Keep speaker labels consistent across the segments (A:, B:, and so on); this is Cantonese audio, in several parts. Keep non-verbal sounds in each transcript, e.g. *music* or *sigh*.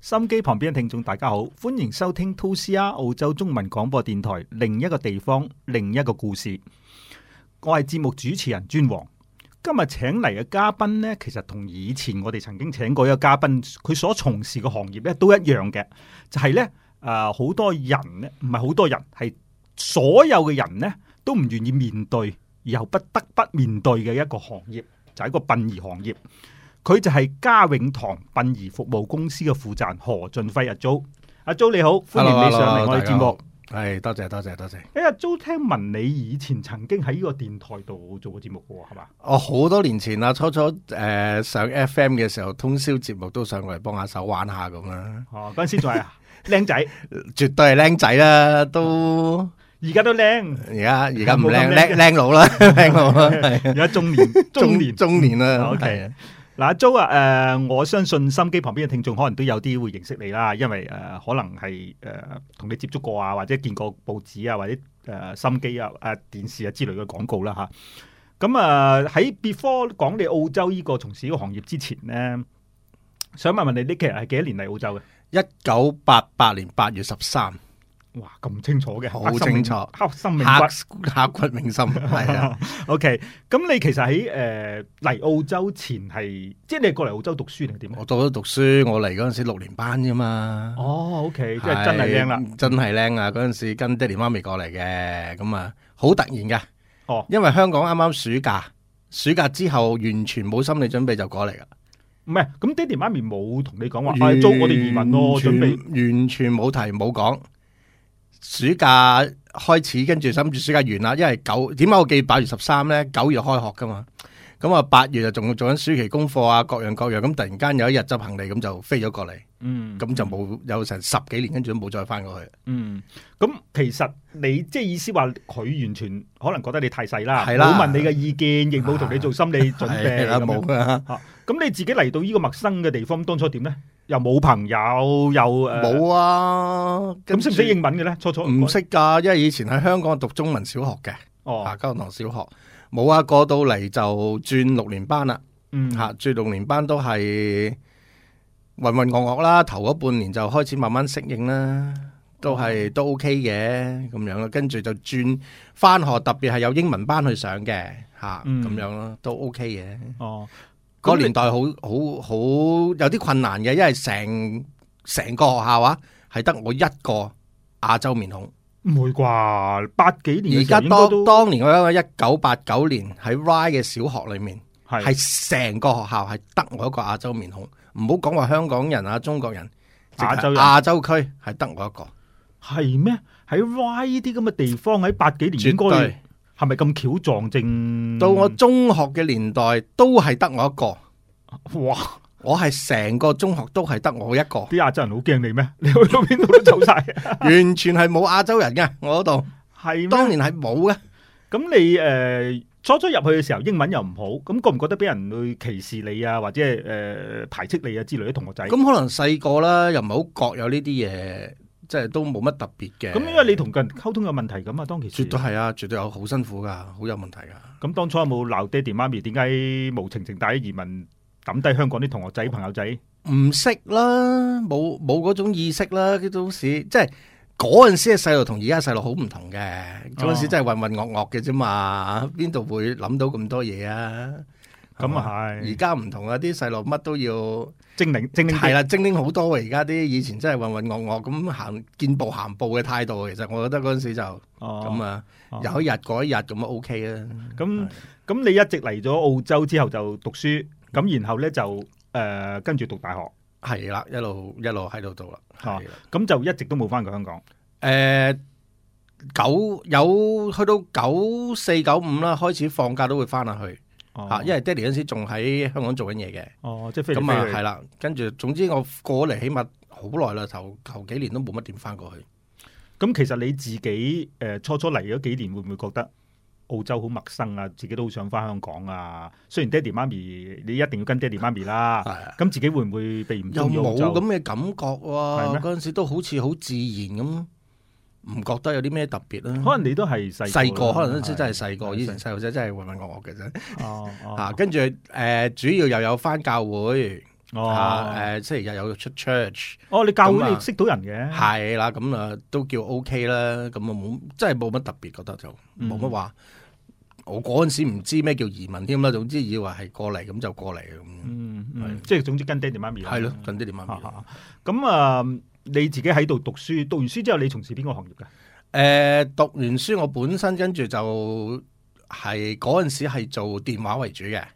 A: 心機旁邊嘅聽眾，大家好，歡迎收聽 To C R 澳洲中文廣播電台，另一個地方，另一個故事。我係節目主持人尊王。今日請嚟嘅嘉賓呢，其實同以前我哋曾經請過一個嘉賓，佢所從事嘅行業呢都一樣嘅，就係呢，啊誒好多人呢，唔係好多人，係所有嘅人呢都唔願意面對，又不得不面對嘅一個行業，就係一個殯儀行業。佢就係嘉永堂殯儀服務公司嘅負責人何俊輝阿 Jo，阿 Jo 你好，歡迎你上嚟我哋節目。
B: 係，多謝多謝多謝。
A: 誒阿 Jo 哎聽聞你以前曾經喺呢個電台度做過節目嘅 *laughs* 喎，係嘛？
B: 我好多年前啦，初初誒、呃上 FM 嘅時候，通宵節目都上過嚟幫下手玩下咁啦。
A: 哦，嗰陣時仲係僆仔，
B: 絕對係僆仔啦，都
A: 而家都僆，
B: 而
A: *laughs*
B: 家而家唔
A: 冇咁
B: 僆
A: 僆
B: 僆僆佬啦， *laughs* 僆佬啦，係
A: *laughs* 而家中年，中年。哦
B: 中年
A: *laughs*
B: 啦。
A: OK
B: 係啊
A: 嗱，阿 Jo 啊，誒、我相信心機旁邊嘅聽眾可能都有啲會認識你啦，因為誒、呃可能係誒同你接觸過啊，或者見過報紙啊，或者誒、心機啊、誒、電視啊之類嘅廣告啦吓，咁啊喺 before 講你澳洲呢個從事呢個行業之前咧，想問問你，呢其實係幾多年嚟澳洲嘅？
B: 一九八八年八月十三，
A: 哇，咁清楚嘅，
B: 好
A: 黑心命
B: 清楚
A: 黑心命骨
B: 刻。刻骨銘心，係啊，
A: OK，咁你其實喺誒嚟澳洲前係，即係你係過嚟澳洲讀書定係點啊
B: 我到咗讀書，我嚟嗰陣時六年班啫嘛。
A: 哦，OK，即係真係靚啦。，
B: 真係靚啊！嗰陣時跟爹哋媽咪過嚟嘅，咁啊好突然噶。
A: 哦
B: 因為香港啱啱暑假，暑假之後完全冇心理準備就過嚟噶。
A: 唔係，咁爹哋媽咪冇同你講話，啊租我哋移民咯，
B: 完全
A: 準備
B: 完全冇提冇講。暑假開始，跟住諗住暑假完啦，因為九點解我記八月十三咧？九月開學噶嘛，咁啊八月就仲做緊暑期功課啊，各樣各樣，咁突然間有一日執行李咁就飛咗過嚟，
A: 嗯
B: 咁就冇有成十幾年，跟住都冇再翻過去。
A: 嗯。咁其實你即係意思話，佢完全可能覺得你太細啦，
B: 係啦
A: 冇問你嘅意見，亦冇同你做心理準備
B: 係啦，
A: 咁樣
B: 冇啊。
A: 咁你自己嚟到呢個陌生嘅地方，當初點咧？又冇朋友，又誒，
B: 冇啊，跟
A: 咁識唔
B: 住
A: 識英文嘅咧？初初
B: 唔識㗎，因為以前喺香港讀中文小學嘅，啊，
A: 哦，
B: 交堂小學冇啊，過到嚟就轉六年班啦，
A: 嗯
B: 嚇、轉六年班都係混混噩噩啦，頭嗰半年就開始慢慢適應啦，都
A: 哦
B: 係都 OK 嘅咁樣啦，跟住就轉翻學，特別係有英文班去上嘅嚇，咁、
A: 嗯
B: 樣咯，都 OK 嘅。
A: 哦，
B: 嗰
A: 咁
B: 個
A: 你
B: 年代好好好有啲困難嘅，因為成成個學校啊，係得我一個亞洲面孔。
A: 唔會啩？八幾年
B: 而
A: 嘅時候
B: 家
A: 應該
B: 當
A: 都
B: 當年我一九八九年喺 Y 嘅小學裏面，
A: 係
B: 係成個學校係得我一個亞洲面孔。唔好講話香港人啊、中國人，
A: 亞洲人
B: 亞洲區係得我一個，
A: 係咩？喺 Y 呢啲咁嘅地方，喺八幾年應
B: 絕
A: 該
B: 對。
A: 係咪咁巧撞正？
B: 到我中學嘅年代都係得我一個，
A: 哇！
B: 我係成個中學都係得我一
A: *laughs*
B: 個，
A: 啲亞洲人好驚你咩？你去到邊度都走晒，
B: 完全係冇亞洲人嘅我嗰度，
A: 係
B: 當
A: 咩？
B: 年係冇嘅。
A: 咁你誒、呃初初入去嘅時候英文又唔好，咁覺唔覺得俾人去歧視你啊，或者係誒、呃排斥你啊之類啲同學仔？咁
B: 咁可能細個啦，又唔係好覺有呢啲嘢，即係都冇乜特別嘅。
A: 因為你同人溝通有問題咁啊，當其時
B: 絕。對係啊，絕對有好辛苦噶，好有問題噶。
A: 咁當初有冇鬧爹哋媽咪？點解無情情帶啲移民抌低香港啲同學仔朋友仔？
B: 唔識啦，冇冇嗰種意識啦，啲都市即係嗰陣時嘅細路同而家細路好唔同嘅。嗰
A: 哦
B: 陣時真係混混噩噩嘅啫嘛，邊度會諗到咁多嘢啊？
A: 咁
B: 係嘛
A: 啊
B: 而
A: 係，
B: 家唔同啊，啲細路乜都要
A: 精靈精靈
B: 係啦，精靈好多喎。而家啲以前真係混混噩噩咁行見步行步嘅態度，其實我覺得嗰陣時就
A: 哦
B: 咁
A: 咁
B: 啊。
A: 啊
B: 有一日嗰一日咁啊 OK 啦。
A: 咁
B: 係
A: 咁你一直嚟咗澳洲之後就讀書，咁然後咧就誒、呃跟住讀大學。
B: 係啦，一路一路喺度做啦。
A: 啊
B: 係啦，
A: 咁就一直都冇翻過香港。
B: 誒九有去到九四九五啦，開始放假都會翻下去
A: 哦
B: 嚇，因為爹哋嗰陣時仲喺香港做緊嘢嘅，
A: 哦，即係飛嚟
B: 咁啊
A: 飛去
B: 係。啦，跟住總之我過嚟起碼好耐啦，頭頭幾年都冇乜點翻過去。
A: 咁其實你自己誒、呃初初嚟咗幾年，會唔會覺得澳洲好陌生啊？自己都好想翻香港啊。雖然爹哋媽咪，你一定要跟爹哋媽咪啦。
B: 係啊
A: 咁自己會唔會被唔
B: 又
A: 中意
B: 冇
A: 澳洲？
B: 咁嘅感覺
A: 係
B: 喎，
A: 咩
B: 嗰陣時都好似好自然咁，唔覺得有啲咩特別啦。
A: 可能你都係細
B: 細個
A: 啦
B: 可能嗰陣時真係細個，
A: 係
B: 以前細路仔真係渾渾噩噩嘅啫。
A: 哦哦
B: 啊，跟住誒、呃主要又有翻教會，啊
A: 哦，
B: 誒星期日有出 church，
A: 哦，你教
B: 咁
A: 會
B: 啊
A: 你識到人嘅，
B: 係啦，咁啊都叫 OK 啦，咁啊冇真係冇乜特別，覺得就
A: 嗯
B: 冇乜話。我嗰陣時唔知咩叫移民添啦，總之以為係過嚟咁就過嚟咁，
A: 嗯嗯
B: 係，
A: 即係總之跟爹哋媽咪啦
B: 係咯，近啲點
A: 嚇
B: 啊？
A: 嚇咁啊，你自己喺度讀書，讀完書之後你從事邊個行業㗎？
B: 誒呃讀完書，我本身跟住就係嗰陣時係做電話為主嘅
A: 哦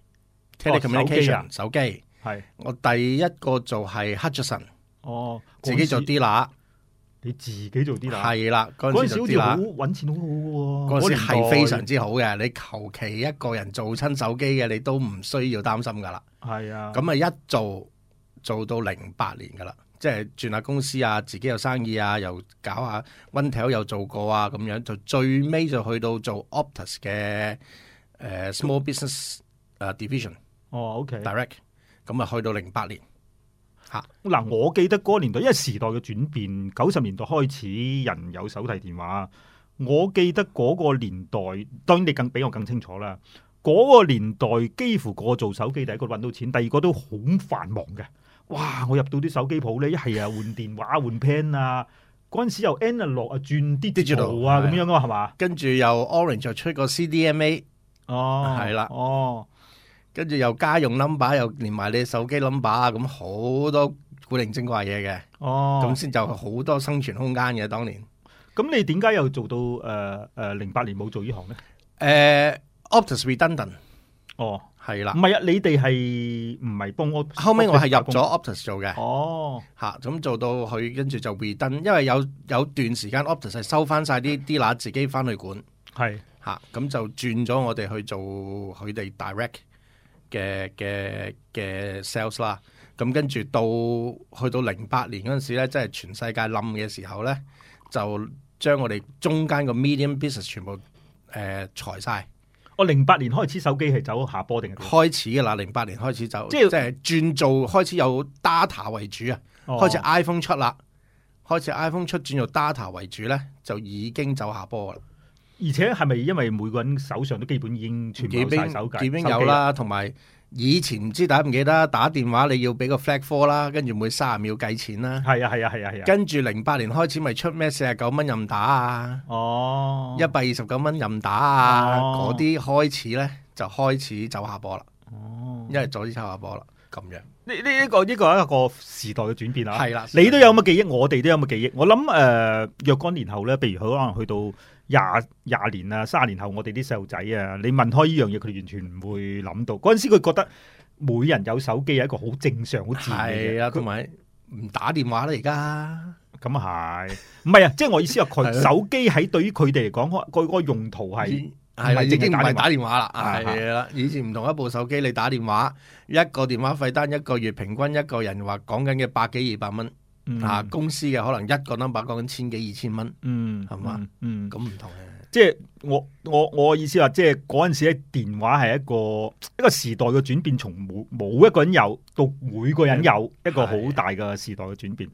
A: 啊
B: telecommunication 手機。
A: 係
B: 我第一個做係 Hutchison，
A: 哦，
B: 自己做
A: 做，
B: 啲乸，
A: 你自己做啲啦。
B: 係啦，嗰
A: 嗰
B: 陣
A: 陣
B: 時
A: 時
B: 做
A: 好
B: 啲
A: 似好
B: 乸，
A: 揾錢好好喎，
B: 嗰陣時
A: 哦年
B: 係
A: 代
B: 非常之好嘅。你求其一個人做親手機嘅，你都唔需要擔心噶啦。
A: 係啊，
B: 咁啊一做做到零八年噶啦，即係轉下公司啊，自己有生意啊，又搞下 OneTel 又做過啊，咁樣就最尾就去到做 Optus 嘅誒、呃 Small Business 誒 Division
A: 哦，OK。
B: Direct，咁啊去到零八年，
A: 嗱，我記得嗰個年代，因為時代嘅轉變，九十年代開始人有手提電話。我記得嗰個年代，當然你更比我更清楚啦。嗰、個年代幾乎個做手機第一個揾到錢，第二個都好繁忙嘅。哇！我入到啲手機鋪呢，一係啊換電話、換 pen 啊，嗰陣時又 analog 啊轉啲 digital 啊
B: Digital，
A: 咁樣噶嘛，係嘛？
B: 跟住又 Orange 就出個 CDMA，
A: 哦，
B: 係啦
A: 哦，
B: 跟住又家用 number 又連埋你手機 number 啊，咁好多古靈精怪嘢嘅，
A: 哦，
B: 咁先就好多生存空間嘅當年。
A: 咁你點解又做到誒誒零八年冇做呢行呢？
B: 誒、Optus redundant
A: 哦。
B: 嗯係啦
A: 唔。係啊，你哋係唔係幫我？
B: 後尾我係入咗 Optus 做嘅，
A: 哦，
B: 嚇咁、做到佢跟住就 r e d 因為有有段時間 Optus 係收翻晒啲啲乸自己翻去管
A: 係
B: 嚇，咁、就轉咗我哋去做佢哋 direct 嘅嘅嘅 sales 啦。咁跟住到去到零八年嗰陣時咧，即係全世界冧嘅時候咧，就將我哋中間個 medium business 全部誒、呃、裁晒。
A: 我零八年開始手機係走下坡定係點？啊
B: 開始嘅啦，零八年開始就
A: 即
B: 即
A: 係
B: 係轉做開始有 data 為主啊。
A: 哦
B: 開始 iPhone 出啦，開始 iPhone 出轉做 data 為主咧，就已經走下坡啦。
A: 而且係咪因為每個人手上都基本已經全部有晒手機？
B: 已經
A: 手機
B: 有，啦，同埋以前唔知大家唔記得打電話你要俾個 flag four 啦，跟住每三十秒計錢啦，
A: 係啊係啊係啊係啊。
B: 跟住零八年開始咪出咩四十九蚊任打啊，
A: 哦，
B: 一百二十九蚊任打啊，
A: 哦
B: 嗰啲、開始咧就開始走下坡啦，
A: 哦，
B: 因為早啲走下坡啦，咁樣
A: 呢呢一個呢個係一個時代嘅轉變啊。
B: 係啦，
A: 你都有咁嘅記憶，我哋都有咁嘅記憶。我諗誒、呃若干年後咧，譬如佢可能去到廿廿年啊、卅年後，我哋啲細路仔啊，你問開呢樣嘢，佢哋完全唔會諗到。嗰陣時佢覺得每人有手機係一個好正常、好自然嘅
B: 係
A: 嘢。
B: 啊，同埋唔打電話啦而家。
A: 咁啊係，唔係啊？即係我意思係佢
B: 係咯
A: 手機喺對於佢哋嚟講，佢佢嗰個用途係
B: 系啦，
A: 唔係
B: 已經
A: 淨
B: 唔
A: 係
B: 係打電話啦，
A: 啊
B: 係啦。以前唔同一部手機，你打電話一個電話費單一個月平均一個人話講緊嘅百幾二百蚊
A: 嗯
B: 啊，公司嘅可能一個 number 講緊千幾二千蚊，
A: 嗯
B: 係嘛？
A: 嗯，嗯
B: 咁唔同嘅。
A: 即係我我我嘅意思話，即係嗰陣時咧，電話係一個一個時代嘅轉變，從冇冇一個人有到每個人有
B: 嗯
A: 一個好大嘅時代嘅轉變。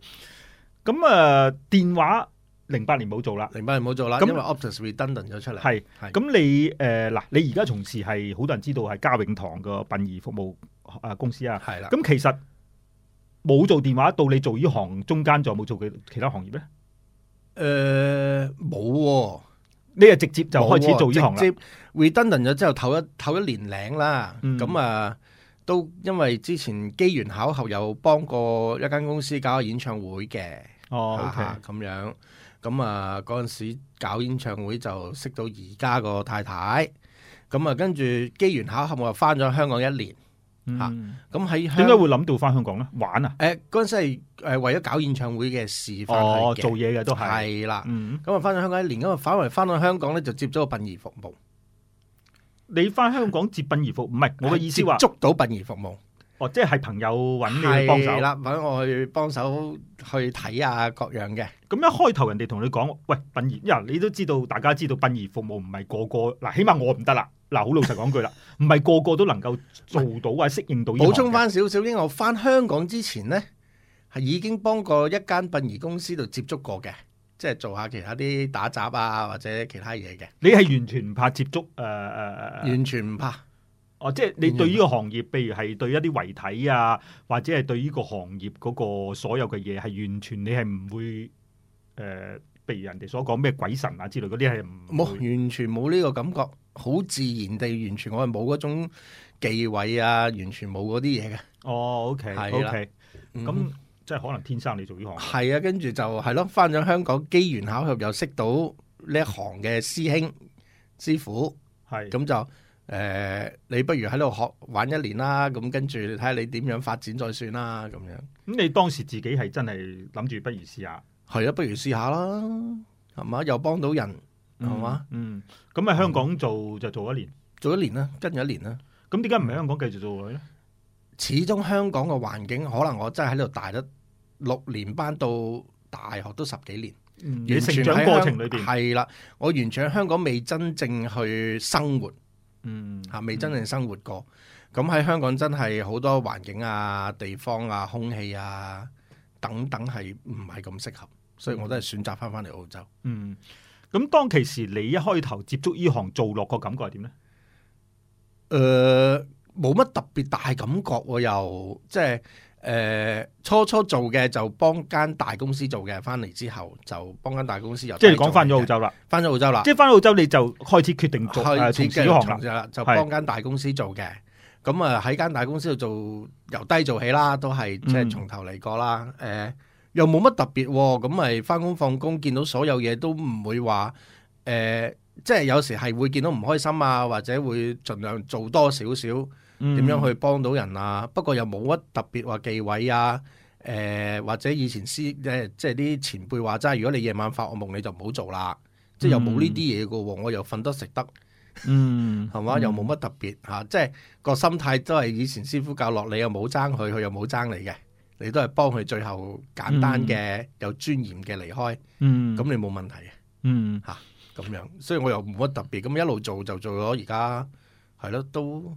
A: 咁啊、呃，電話零八年冇做啦，
B: 零八年冇做啦，
A: 咁
B: 因為 Optus redundant 咗出嚟。
A: 係
B: 係
A: 咁你誒嗱、你而家從事係好多人知道係嘉永堂嘅殯儀服務啊公司啊。
B: 係啦，
A: 咁其實冇做電話，到你做呢行中間仲有冇做其其他行業咧？
B: 誒呃冇喎，
A: 你係直接就
B: 冇
A: 開始
B: 喎
A: 做呢行
B: 直
A: 啦。
B: 接 redundant 咗之後，唞一唞一年零啦。
A: 嗯
B: 咁啊，都因為之前機緣巧合有幫過一間公司搞個演唱會嘅。
A: 哦，OK，
B: 啊咁樣咁啊嗰陣時搞演唱會就識到而家個太太，咁啊跟住機緣巧合我又翻咗香港一年，嚇
A: 嗯，
B: 咁喺香
A: 點解會諗到翻香港咧？玩啊！
B: 誒嗰陣時係誒為咗搞演唱會嘅事翻
A: 哦，
B: 去嘅，
A: 做嘢嘅都係，
B: 係啦，
A: 嗯，
B: 咁啊翻咗香港一年，咁啊反為翻到香港咧就接咗個殯儀服務，
A: 你翻香港接殯儀服，唔係我嘅意思話，
B: 接觸到殯儀服務，
A: 哦，即係朋友揾你去幫
B: 係
A: 手。
B: 啦，揾我去幫手去睇啊各樣嘅，
A: 咁一開頭人哋同你講，喂，殯儀，因為你都知道，大家知道殯儀服務唔係個個，嗱，起碼我唔得啦。嗱，好老實講句
B: *laughs*
A: 啦，唔係個個都能夠做到或者適應到呢行嘅。
B: 補充翻少少，因為我翻香港之前呢，係已經幫過一間殯儀公司度接觸過嘅，即係做下其他啲打雜啊或者其他嘢嘅，
A: 呃你係完全唔怕接觸誒誒誒，
B: 完全唔怕，
A: 哦，即係你
B: 嗯
A: 對呢個行業，譬如係對一啲遺體啊，或者係對呢個行業嗰個所有嘅嘢，係完全你係唔會誒，呃譬如人哋所講咩鬼神啊之類嗰啲係唔
B: 冇
A: 會
B: 完全冇呢個感覺，好自然地，完全我係冇嗰種忌諱啊，完全冇嗰啲嘢嘅。
A: 哦，OK
B: 係啦
A: OK，
B: 嗯
A: 咁即係可能天生你做呢行，
B: 係啊，跟住就係咯，翻咗香港機緣巧合又識到呢一行嘅師兄師傅，
A: 係
B: 咁就誒、呃你不如喺度學玩一年啦，咁跟住睇下你點樣發展再算啦，咁樣
A: 咁你當時自己係真係諗住不如試下，
B: 係啊，不如試下啦，係嘛，又幫到人，係嘛，
A: 嗯？嗯，咁喺香港做就做一年，
B: 做一年啦，跟住一年啦。
A: 咁點解唔喺香港繼續做落去咧？
B: 始終香港嘅環境，可能我真係喺度大咗六年班到大學都十幾年，
A: 嗯你成長過程裏邊，
B: 係啦，我完全喺香港未真正去生活
A: 嗯
B: 嚇，啊未真正生活過。咁喺香港真係好多環境啊、地方啊、空氣啊等等係唔係咁適合，所以我都係選擇翻翻嚟澳洲。
A: 嗯，咁當其時你一開頭接觸呢行做落個感覺係點咧？
B: 誒呃冇乜特別大感覺喎，又即係誒、呃初初做嘅就幫間大公司做嘅，翻嚟之後就幫間大公司又
A: 啊即係你講翻咗澳
B: 洲，
A: 洲啦，
B: 翻咗澳洲啦，
A: 即係翻澳洲你就開始決定做誒
B: 啊開始
A: 從事
B: 嘅
A: 呢行啦
B: 從。事啦，就
A: 係
B: 幫間大公司做嘅。咁啊喺間大公司度做，由低做起啦，都係即
A: 嗯
B: 係從頭嚟過啦。誒、又冇乜特別喎，咁咪翻工放工，見到所有嘢都唔會話誒、即係有時係會見到唔開心啊，或者會盡量做多少少。
A: 點
B: 點樣去幫到人啊？不過又冇乜特別話忌諱啊。誒、或者以前師誒即係啲前輩話齋，如果你夜晚發惡夢，你就唔好做啦。即係又冇呢啲嘢嘅喎，我又瞓得食得，
A: 嗯，
B: 係嘛？又冇乜特別嚇、即係個心態都係以前師傅教落你，又冇爭佢，佢又冇爭你嘅，你都係幫佢最後簡單嘅、有尊嚴嘅離開，咁、
A: 嗯，
B: 你冇問題嘅
A: 嗯，
B: 咁樣。所以我又冇乜特別，咁一路做就做咗而家係咯，都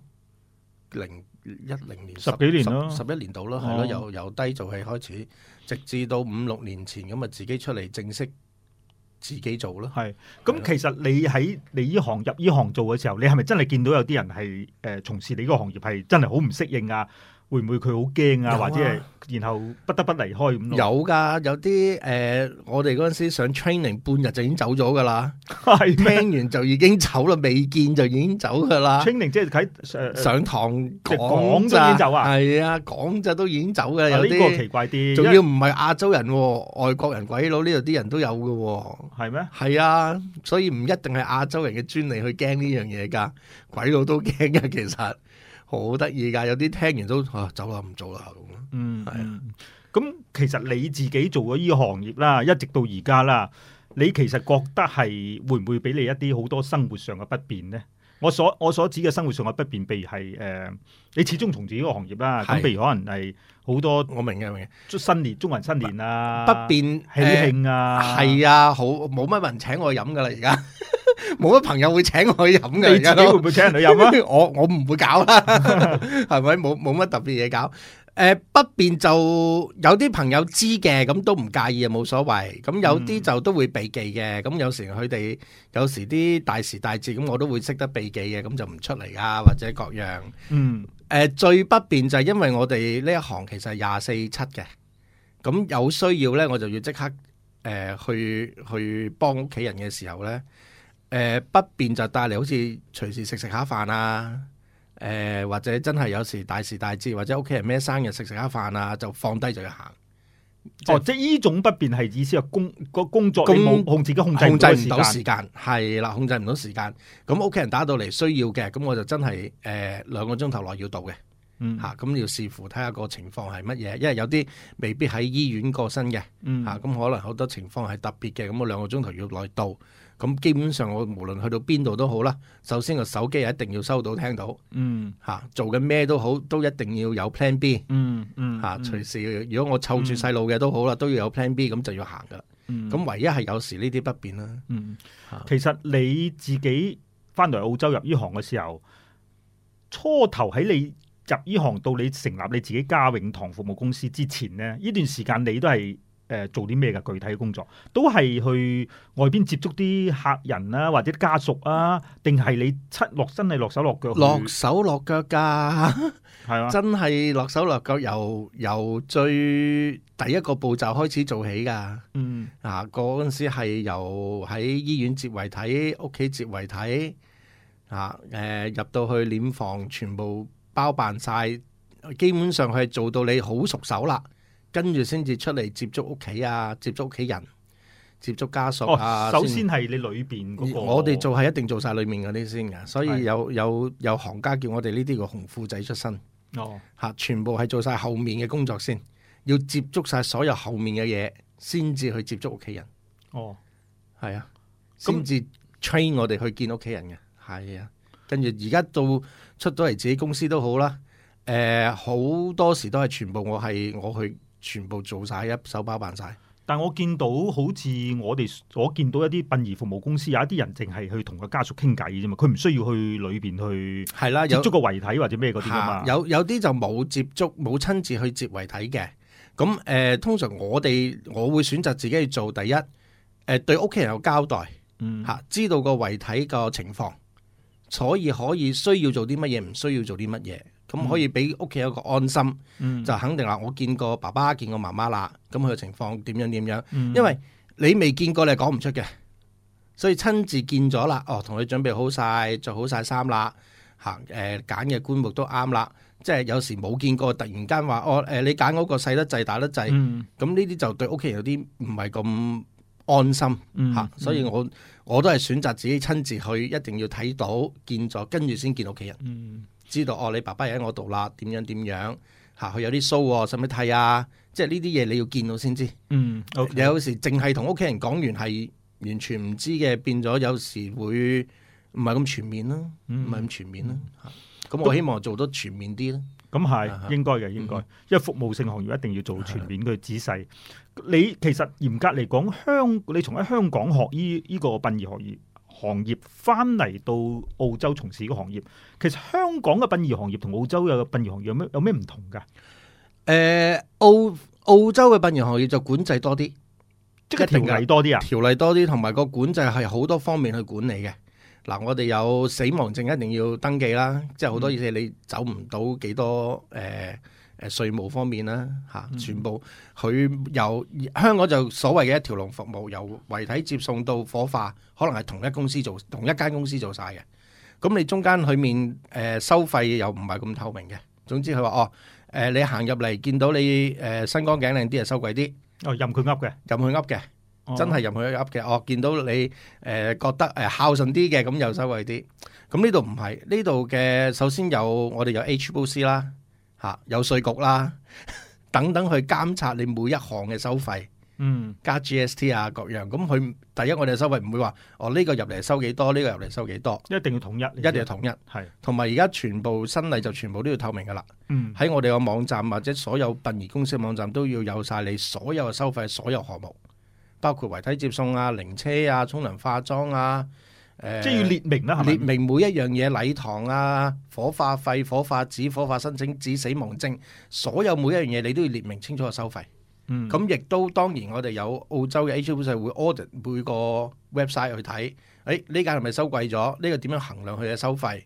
B: 零一零年
A: 十幾年咯
B: 十十一年到啦，係
A: 哦
B: 咯，由由低做起開始，直至到五六年前咁啊，自己出嚟正式自己做咯。
A: 係。
B: 啊
A: 咁其實你喺你呢行入呢行做嘅時候，你係咪真係見到有啲人係誒從事你個行業係真係好唔適應啊？會唔會佢好驚啊？
B: 有
A: 或
B: 啊
A: 者係然後不得不離開咁咯？
B: 有噶，有啲誒、呃我哋嗰陣時上 training 半日就已經走咗
A: *laughs*
B: 噶啦，
A: 係
B: 聽
A: 咩
B: 完就已經走啦，未見就已經走
A: *laughs*
B: 噶啦。
A: ？training 即係喺誒誒
B: 上堂
A: 即係講
B: 講
A: 就已經
B: 咋，
A: 走啊
B: 係啊，講咋都已經走嘅，
A: 啊
B: 有
A: 呢個
B: 啲
A: 奇怪啲，
B: 仲
A: 因為
B: 要唔係亞洲人、喎，外國人、鬼佬呢度啲人都有嘅、喎。
A: 係咩？
B: 係啊，所以唔一定係亞洲人嘅專利去驚呢樣嘢㗎，鬼佬都驚㗎， *laughs* 其實好得意㗎。有啲聽完都啊走啦，唔做啦咁咯。
A: 嗯，
B: 係啊
A: 嗯咁其實你自己做咗呢行業啦，一直到而家啦，你其實覺得係會唔會俾你一啲好多生活上嘅不便呢？我所我所指嘅生活上嘅不便，譬如係誒、呃你始終從事呢個行業啦，咁
B: 係
A: 譬如可能係好多
B: 我明嘅，明嘅。
A: 新年、中國人新年啊，
B: 不變
A: 喜
B: 誒
A: 慶啊，
B: 係啊，好冇乜人請我飲㗎啦，而家 *laughs* 冇乜朋友會請我飲㗎，
A: 你
B: 而
A: 自己
B: 家
A: 會
B: 都。
A: 唔會請人去飲啊？
B: *laughs* 我我唔會搞啦， *laughs* 係咪？冇冇乜特別嘢搞。誒、不便就有啲朋友知嘅，咁都唔介意啊，冇所謂。咁有啲就都會避忌嘅，咁有時佢哋有時啲大時大節，咁我都會識得避忌嘅，咁就唔出嚟啊，或者各樣。
A: 嗯
B: 誒、呃最不便就係因為我哋呢一行其實係廿四七嘅，咁有需要呢，我就要即刻誒、呃去去幫屋企人嘅時候呢，誒、呃不便就帶嚟好似隨時食食下飯啊，誒、或者真係有時大時大節或者屋企人咩生日食食下飯啊，就放低就要行，即係
A: 哦，即係呢種不便係意思係工個工作
B: 工
A: 你冇控自己控制
B: 控制唔
A: 到
B: 到
A: 嘅時
B: 時
A: 間，
B: 間，係啦，控制唔到時間。咁屋企人打到嚟需要嘅，咁我就真係誒、呃、兩個鐘頭內要到嘅。
A: 嗯
B: 嚇，咁、要視乎睇下個情況係乜嘢，因為有啲未必喺醫院過身嘅
A: 嗯
B: 嚇，咁、可能好多情況係特別嘅，咁我兩個鐘頭要內到，咁基本上我無論去到邊度都好啦，首先個手機係一定要收到聽到
A: 嗯
B: 嚇、做緊咩都好，都一定要有 Plan B
A: 嗯嗯
B: 嚇、隨時如果我湊住細路嘅都好啦，都要有 Plan B，咁就要行噶啦。
A: 嗯
B: 咁、唯一係有時呢啲不便啦，
A: 嗯
B: 嚇，
A: 其實你自己翻嚟澳洲入呢行嘅時候，初頭喺你入呢行到你成立你自己家永堂服務公司之前呢，呢段時間你都係誒做啲咩嘅具體嘅工作，都係去外邊接觸啲客人啊，或者家屬啊，定係你親落真係落手落腳去
B: 落手落腳㗎，
A: 係嘛？
B: 真係落手落腳，由由最第一個步驟開始做起㗎。
A: 嗯
B: 啊，嗰陣時係由喺醫院接遺體，屋企接遺體，啊，誒、入到去殮房，全部包辦晒，基本上佢係做到你好熟手啦，跟住先至出嚟接觸屋企啊，接觸屋企人，接觸家屬啊。
A: 哦，首先係你裏邊嗰個，
B: 我哋做係一定做晒裡面嗰啲先㗎，所
A: 係
B: 以有有有行家叫我哋呢啲叫紅褲仔出身。
A: 哦，
B: 吓，全部係做晒後面嘅工作先，要接觸晒所有後面嘅嘢，先至去接觸屋企人，
A: 哦，
B: 係啊，
A: 咁
B: 先至 train 我哋去見屋企人嘅，係啊。跟住而家到出到嚟自己公司都好啦，诶、好多時都係全部我係我去全部做晒，一手包辦晒。
A: 但我見到好似我哋我見到一啲殯儀服務公司有一啲人淨係去同個家屬傾偈啫嘛，佢唔需要去裏邊去
B: 係啦，
A: 接
B: 啊有
A: 觸個遺體或者咩嗰啲噶嘛
B: 嚇。有有啲就冇接觸，冇親自去接遺體嘅。咁誒、呃通常我哋我會選擇自己去做。第一，誒、對屋企人有交代。
A: 嗯
B: 吓，知道個遺體個情況，所以可以需要做啲乜嘢，唔需要做啲乜嘢，
A: 嗯
B: 咁可以俾屋企有個安心，
A: 嗯
B: 就肯定啦。我見過爸爸，見過媽媽啦，咁佢嘅情況點樣點樣，
A: 嗯
B: 因為你未見過，你係講唔出嘅，所以親自見咗啦，哦，同佢準備好晒，着好晒衫啦，吓，誒揀嘅棺木都啱啦，即係有時冇見過，突然間話哦，誒、你揀嗰個細得滯，大得滯，
A: 嗯
B: 咁呢啲就對屋企人有啲唔係咁安心。
A: 嗯
B: 吓、所以我我都係選擇自己親自去，一定要睇到見咗，跟住先見屋企人，
A: 嗯
B: 知道哦，你爸爸又喺我度啦，點樣點樣吓，佢、有啲須喎，使唔使剃啊？即係呢啲嘢你要見到先知。
A: 嗯，OK，
B: 你有時淨係同屋企人講完係完全唔知嘅，變咗有時會唔係咁全面啦，唔
A: 嗯
B: 係咁全面啦。嚇咁、我希望做得全面啲啦。
A: 咁
B: 啊
A: 係
B: 哈
A: 應該嘅，應該，因為服務性行業一定要做全面佢仔
B: 啊
A: 細。你其實嚴格嚟講，香你從喺香港學依依個殯儀行業行業翻嚟到澳洲從事呢個行業，其實香港嘅殯儀行業同澳洲嘅殯儀行業有咩有咩唔同㗎？
B: 诶、澳澳洲嘅殯儀行業就管制多啲。
A: 即係
B: 一定㗎
A: 條例多啲啊？
B: 條例多啲，同埋個管制係好多方面去管理嘅。嗱，我哋有死亡證一定要登記啦，即係好多嘢你走唔到幾多誒誒稅務方面啦嚇，全部佢由香港就所謂嘅一條龍服務，由遺體接送到火化，可能係同一公司做，同一間公司做晒嘅。咁你中間佢面誒、呃收費又唔係咁透明嘅。總之佢話哦誒、呃你行入嚟見到你誒、呃身光頸靚啲，係收貴啲，
A: 哦，任佢噏嘅，
B: 任佢噏嘅。
A: 哦
B: 真係任佢噏嘅。哦，見到你誒、呃、覺得誒孝順啲嘅，咁又收惠啲。咁呢度唔係，呢度嘅首先有我哋有 HBOC 啦，嚇、有税局啦， *laughs* 等等去監察你每一項嘅收費。
A: 嗯
B: 加 GST 啊，各樣咁佢第一我哋嘅收費唔會話哦呢、個入嚟收幾多，呢、個入嚟收幾多，
A: 一定要統一，
B: 一定要統一。
A: 係
B: 同埋而家全部新例就全部都要透明噶啦，
A: 嗯
B: 喺我哋個網站或者所有殯儀公司嘅網站都要有晒你所有嘅收費、所有項目，包括遺體接送啊、靈車啊、沖涼化妝啊，誒、
A: 嗯即係要列明啦，係咪
B: 列明每一樣嘢禮堂啊、火化費、火化紙、火化申請紙、死亡證，所有每一樣嘢你都要列明清楚個收費。
A: 嗯
B: 咁亦都當然，我哋有澳洲嘅 H 股就會 audit 每個 website 去睇，誒呢間係咪收貴咗？呢、個點樣衡量佢嘅收費？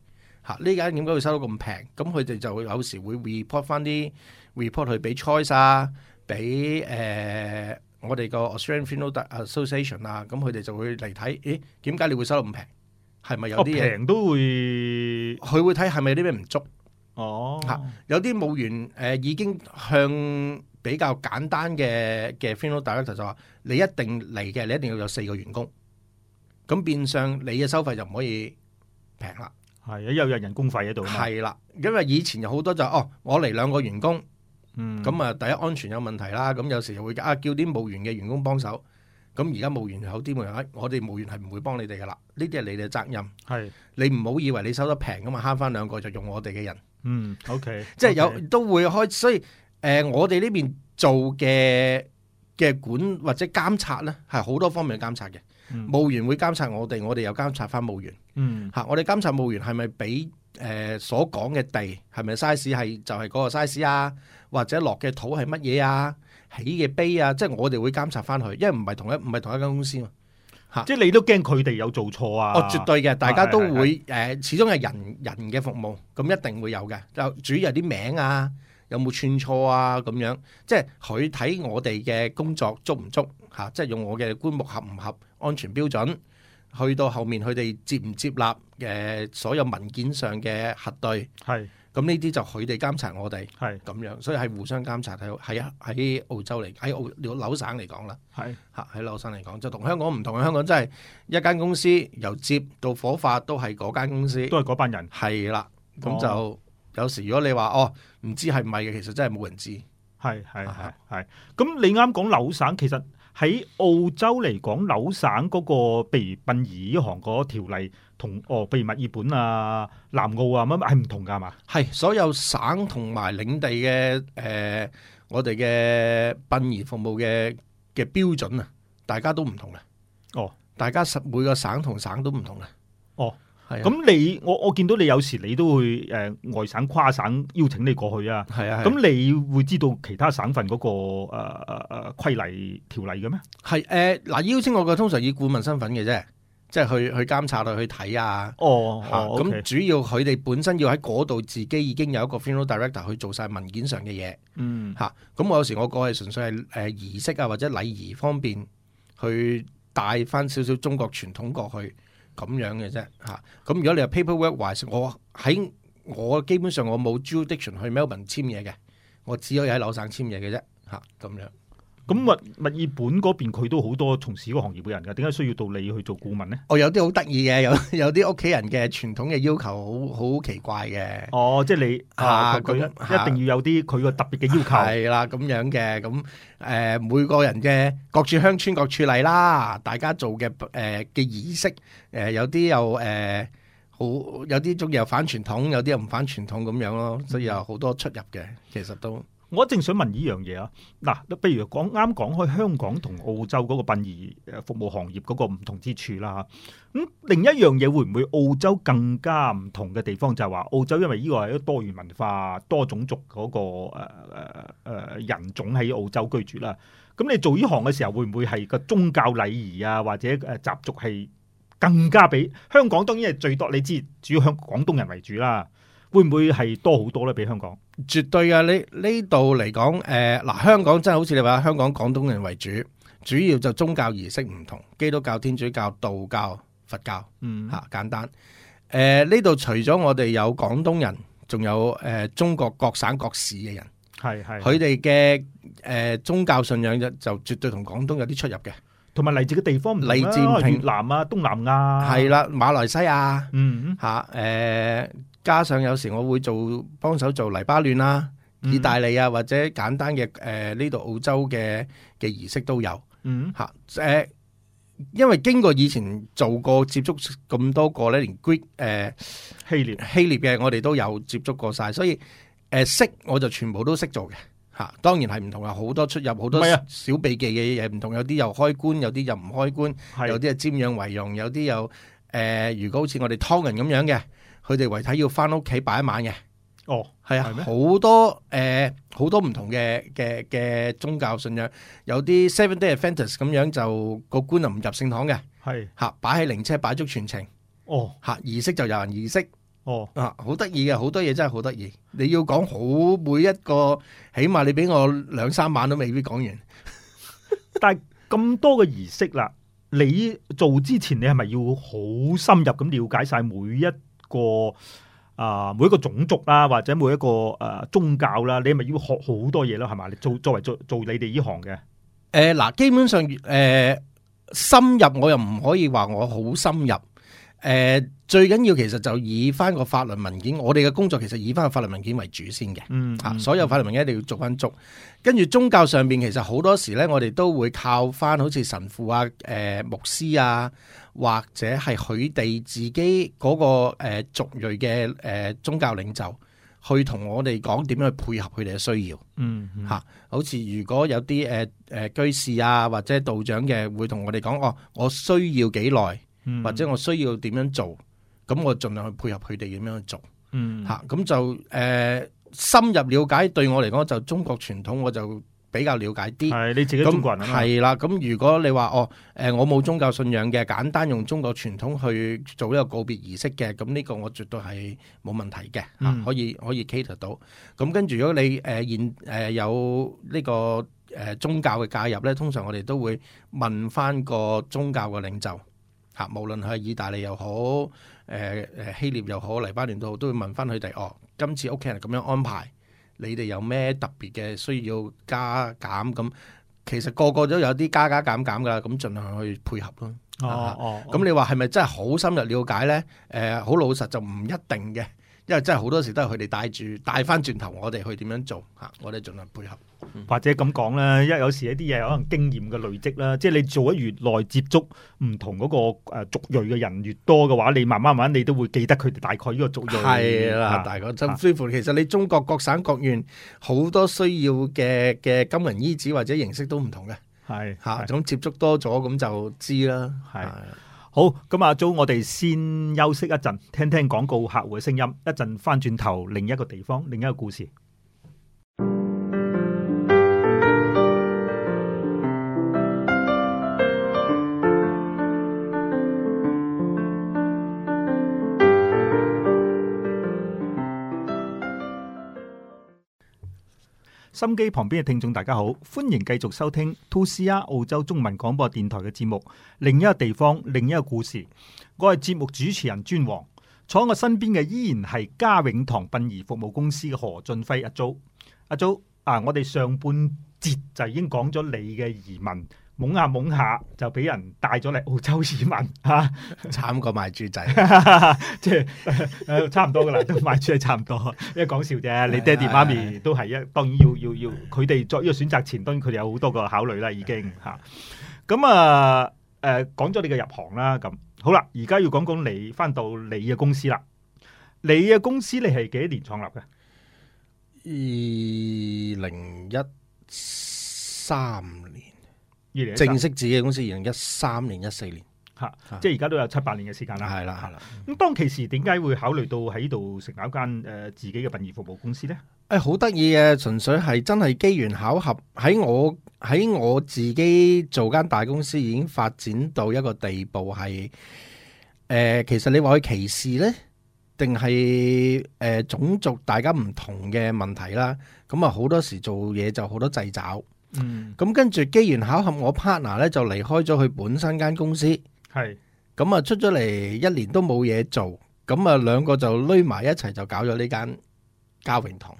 B: 嚇、呢間點解會收到咁平？咁佢哋就有時會 report 翻啲 report 去俾 Choice 啊，俾誒、呃我哋個 Australian Funeral Association 啊，咁佢哋就會嚟睇，咦點解你會收到咁平？係咪有
A: 哦
B: 啲嘢？
A: 平都會
B: 佢、會睇係咪有啲咩唔足？
A: 哦
B: 嚇有啲務員誒、呃已經向比較簡單嘅嘅 funeral director 就話：你一定嚟嘅，你一定要有四個員工。咁變相你嘅收費就唔可以平啦，
A: 係啊，又有人工費喺度啊嘛，
B: 係啦，因為以前有好多就哦，我嚟兩個員工，
A: 嗯
B: 咁啊、第一安全有問題啦，咁有時又會啊叫啲務員嘅員工幫手，咁而家務員有啲務員，哎我哋務員係唔會幫你哋噶啦，呢啲係你哋嘅責任，
A: 係
B: 你唔好以為你收得平咁啊慳翻兩個就用我哋嘅人。
A: 嗯 OK，
B: 即係有
A: OK
B: 都會開，所以誒、呃我哋呢邊做嘅嘅管或者監察咧，係好多方面嘅監察嘅。
A: 嗯
B: 務員會監察我哋，我哋又監察翻務員
A: 嗯
B: 嚇、我哋監察務員係咪俾誒所講嘅地係咪 size 係就係嗰個 size 啊？或者落嘅土係乜嘢啊，起嘅碑啊，即係我哋會監察翻佢，因為唔係同一唔係同一間公司嘛。
A: 即係你都驚佢哋有做錯啊？
B: 哦，絕對嘅，大家都
A: 係係
B: 會誒、始終係人人嘅服務，咁一定會有嘅。就主要係啲名啊，有冇串錯啊咁樣，即係佢睇我哋嘅工作足唔足嚇、即係用我嘅棺木合唔合安全標準，去到後面佢哋接唔接納誒、所有文件上嘅核對，
A: 係
B: 咁呢啲就佢哋監察我哋
A: 係
B: 咁樣，所以係互相監察喺喺喺澳洲嚟喺澳紐省嚟講啦。
A: 係
B: 嚇喺紐省嚟講，就同香港唔同。啊香港真係一間公司由接到火化都係嗰間公司，
A: 都係嗰班人
B: 係啦。咁就、
A: 哦
B: 有時如果你話哦唔知係咪嘅，其實真係冇人知。
A: 係係
B: 啊
A: 係係。咁你啱講紐省，其實喺澳洲嚟講，紐省嗰個避殯儀呢行嗰條例同哦秘密日本啊、南澳啊乜乜係唔同㗎係嘛？
B: 係所有省同埋領地嘅誒、呃我哋嘅殯儀服務嘅嘅標準啊，大家都唔同嘅。
A: 哦，
B: 大家實每個省同省都唔同嘅。
A: 哦，
B: 係啊，
A: 咁你我我見到你有時你都會誒、呃外省跨省邀請你過去啊。
B: 係啊，係啊
A: 咁你會知道其他省份嗰、個誒誒誒規例條例嘅咩？
B: 係誒嗱，邀請我嘅通常以顧問身份嘅啫，即係去去監察啊，去睇啊。
A: 哦，
B: 嚇
A: 哦
B: 咁、
A: ，OK，
B: 主要佢哋本身要喺嗰度自己已經有一個 funeral director 去做晒文件上嘅嘢
A: 嗯，
B: 嚇。咁、我有時我過去純粹係誒、呃、儀式啊或者禮儀方面去帶翻少少中國傳統過去咁樣嘅啫嚇。咁、如果你話 paperwork wise，我喺我基本上我冇 jurisdiction 去 Melbourne 簽嘢嘅，我只可以喺紐省簽嘢嘅啫嚇咁樣。
A: 咁墨墨爾本嗰邊佢都好多從事嗰個行業嘅人㗎，點解需要到你去做顧
B: *laughs*
A: 問呢？
B: 我哦有啲好得意嘅，有有啲屋企人嘅傳統嘅要求好好奇怪嘅。
A: 哦，即係你啊，
B: 啊
A: 佢
B: 咁啊
A: 佢一定要有啲佢個特別嘅要求，
B: 係啦，咁樣嘅，咁誒、呃每個人嘅各處鄉村各處例啦，大家做嘅誒嘅儀式，誒、有啲又誒、呃好，有啲中意又反傳統，有啲又唔反傳統咁樣咯，所以有好多出入嘅，其實都
A: 我一正想問呢樣嘢啊。嗱，譬如講啱講開香港同澳洲嗰個殯儀誒服務行業嗰個唔同之處啦。咁另一樣嘢會唔會澳洲更加唔同嘅地方就係話澳洲因為呢個係一個多元文化、多種族嗰、個誒誒誒人種喺澳洲居住啦。咁你做呢行嘅時候會唔會係個宗教禮儀啊，或者誒習俗係更加比香港當然係最多？你知主要香廣東人為主啦，會唔會係多好多咧？比香港？
B: 絕對嘅。呢呢度嚟講，誒、嗱，香港真係好似你話香港廣東人為主，主要就宗教儀式唔同，基督教、天主教、道教、佛教。
A: 嗯
B: 嚇、啊簡單。誒呢度除咗我哋有廣東人，仲有誒、呃中國各省各市嘅人，
A: 係啊係，
B: 佢哋嘅誒宗教信仰就就絕對同廣東有啲出入嘅。
A: 同埋嚟自嘅地方唔同啦
B: 嚟自唔同
A: 越南啊、東南亞
B: 係，啦、馬來西亞
A: 嗯，
B: 嚇誒、呃加上有時我會做幫手做黎巴嫩啦、
A: 嗯
B: 意大利啊，或者簡單嘅誒呢度澳洲嘅嘅儀式都有。
A: 嗯
B: 嚇誒、呃因為經過以前做過接觸咁多個咧，連 Greek 誒、呃
A: 希臘，
B: 希臘嘅我哋都有接觸過晒，所以誒、呃、識我就全部都識做嘅嚇、當然係唔同啊，好多出入，好多
A: 唔係啊
B: 小秘技嘅嘢唔同，有啲又開棺，有啲又唔開棺，
A: 係
B: 有啲係瞻仰遺容，有啲又誒、呃如果好似我哋湯人咁樣嘅，佢哋遺體要翻屋企擺一晚嘅，
A: 哦，
B: 係啊
A: 係，咩
B: 好多誒好、多唔同嘅嘅嘅宗教信仰，有啲 Seven Day Adventist 咁樣就個棺就唔入聖堂嘅
A: 係，
B: 嚇，擺喺靈車擺足全程
A: 哦
B: 嚇，儀式就有人儀式。
A: 哦，
B: 啊，好得意嘅，好多嘢真係好得意。你要講好每一個，起碼你俾我兩三晚都未必講完。
A: 但係咁多嘅儀式啦，你做之前你係咪要好深入咁了解晒每一個啊、每一個種族啦，或者每一個誒、啊宗教啦，你係咪要學好多嘢啦？係嘛？你做作為做做你哋呢行
B: 啊
A: 嘅，
B: 誒嗱、基本上誒、深入我又唔可以話我好深入。誒、最緊要其實就以翻個法律文件，我哋嘅工作其實以翻個法律文件為主先嘅。
A: 嗯
B: 啊，所有法律文件一定要做翻足。跟住宗教上邊其實好多時咧，我哋都會靠翻好似神父啊、誒、牧師啊，或者係佢哋自己嗰、個、呃、族裔嘅誒、呃宗教領袖，去同我哋講點樣去配合佢哋嘅需要。
A: 嗯嗯
B: 嚇好似如果有啲誒誒居士啊或者道長嘅，會同我哋講哦，我需要幾耐，
A: 嗯
B: 或者我需要點樣做，咁我盡量去配合佢哋點樣去做。
A: 嗯
B: 吓咁、就誒、呃深入了解對我嚟講就中國傳統我就比較了解啲。
A: 係你自己中國人啊嘛，
B: 係啦，咁如果你話哦，誒、我冇宗教信仰嘅，簡單用中國傳統去做呢個告別儀式嘅，咁呢個我絕對係冇問題嘅，嚇、
A: 嗯
B: 可以可以 cater 到。咁跟住如果你誒、呃現誒、有呢、個誒、宗教嘅介入咧，通常我哋都會問翻個宗教嘅領袖。嚇，無論係意大利又好，誒、誒希臘又好，黎巴嫩都好，都會問翻佢哋哦。今次屋企人咁樣安排，你哋有咩特別嘅需要加減咁？其實個個都有啲加加減減㗎啦，咁盡量去配合咯。
A: 哦哦，
B: 咁、你話係咪真係好深入了解呢？誒、好老實就唔一定嘅，因為真係好多時都係佢哋帶住帶翻轉頭我哋去點樣做嚇，我哋盡量配合。
A: 或者咁講啦，因為有時一啲嘢可能經驗嘅累積啦，即係你做得越耐接觸唔同嗰個呃誒族裔嘅人越多嘅話，你慢慢慢慢你都會記得佢哋大概呢個族裔
B: 係啦，大概甚至乎其實你中國各省各縣好多需要嘅嘅金銀衣紙或者形式都唔同嘅
A: 係
B: 嚇，
A: 係
B: 咁接觸多咗咁就知啦。
A: 係
B: 啊
A: 好咁阿 Jo，我哋先休息一陣，聽聽廣告客户嘅聲音，一陣翻轉頭另一個地方，另一個故事。心機旁邊嘅聽眾大家好，歡迎繼續收聽 To C R 澳洲中文廣播電台嘅節目。另一個地方，另一個故事。我係節目主持人專王，坐我身邊嘅依然係嘉永堂殯儀服務公司嘅何俊輝阿 Jo。阿 Jo 啊，我哋上半節就已經講咗你嘅移民，懵下懵下就俾人帶咗嚟澳洲移民嚇。啊
B: 慘過賣豬仔。
A: *laughs* 即係誒差唔多噶啦，都賣出係差唔多， *laughs* 因為講笑
B: 啊
A: 啫。你爹哋媽咪都係一，當然要要要，佢哋作呢個選擇前，當然佢哋有好多個考慮啦，已經
B: 嗯
A: 嚇。咁啊誒講咗你嘅入行啦，咁好啦，而家要講講你翻到你嘅公司啦。你嘅公司你係幾多年創立嘅？
B: 二零一三年
A: 二零一
B: 正
A: 三
B: 式自己嘅公司，二零一三年一四年
A: 嚇，即係而家都有七八年嘅時間啦。
B: 係啦係啦。
A: 咁當其時點解會考慮到喺度成立一間誒自己嘅殯儀服務公司咧？
B: 誒哎好得意嘅，純粹係真係機緣巧合，喺我喺我自己做間大公司已經發展到一個地步係誒、呃其實你話佢歧視呢，定係誒種族大家唔同嘅問題啦，咁啊好多時做嘢就好多掣肘，
A: 嗯，
B: 咁跟住機緣巧合，我 partner 呢就離開咗佢本身間公司。
A: 係
B: 咁啊出咗嚟一年都冇嘢做，咁啊兩個就攏埋一齊就搞咗呢間嘉榮堂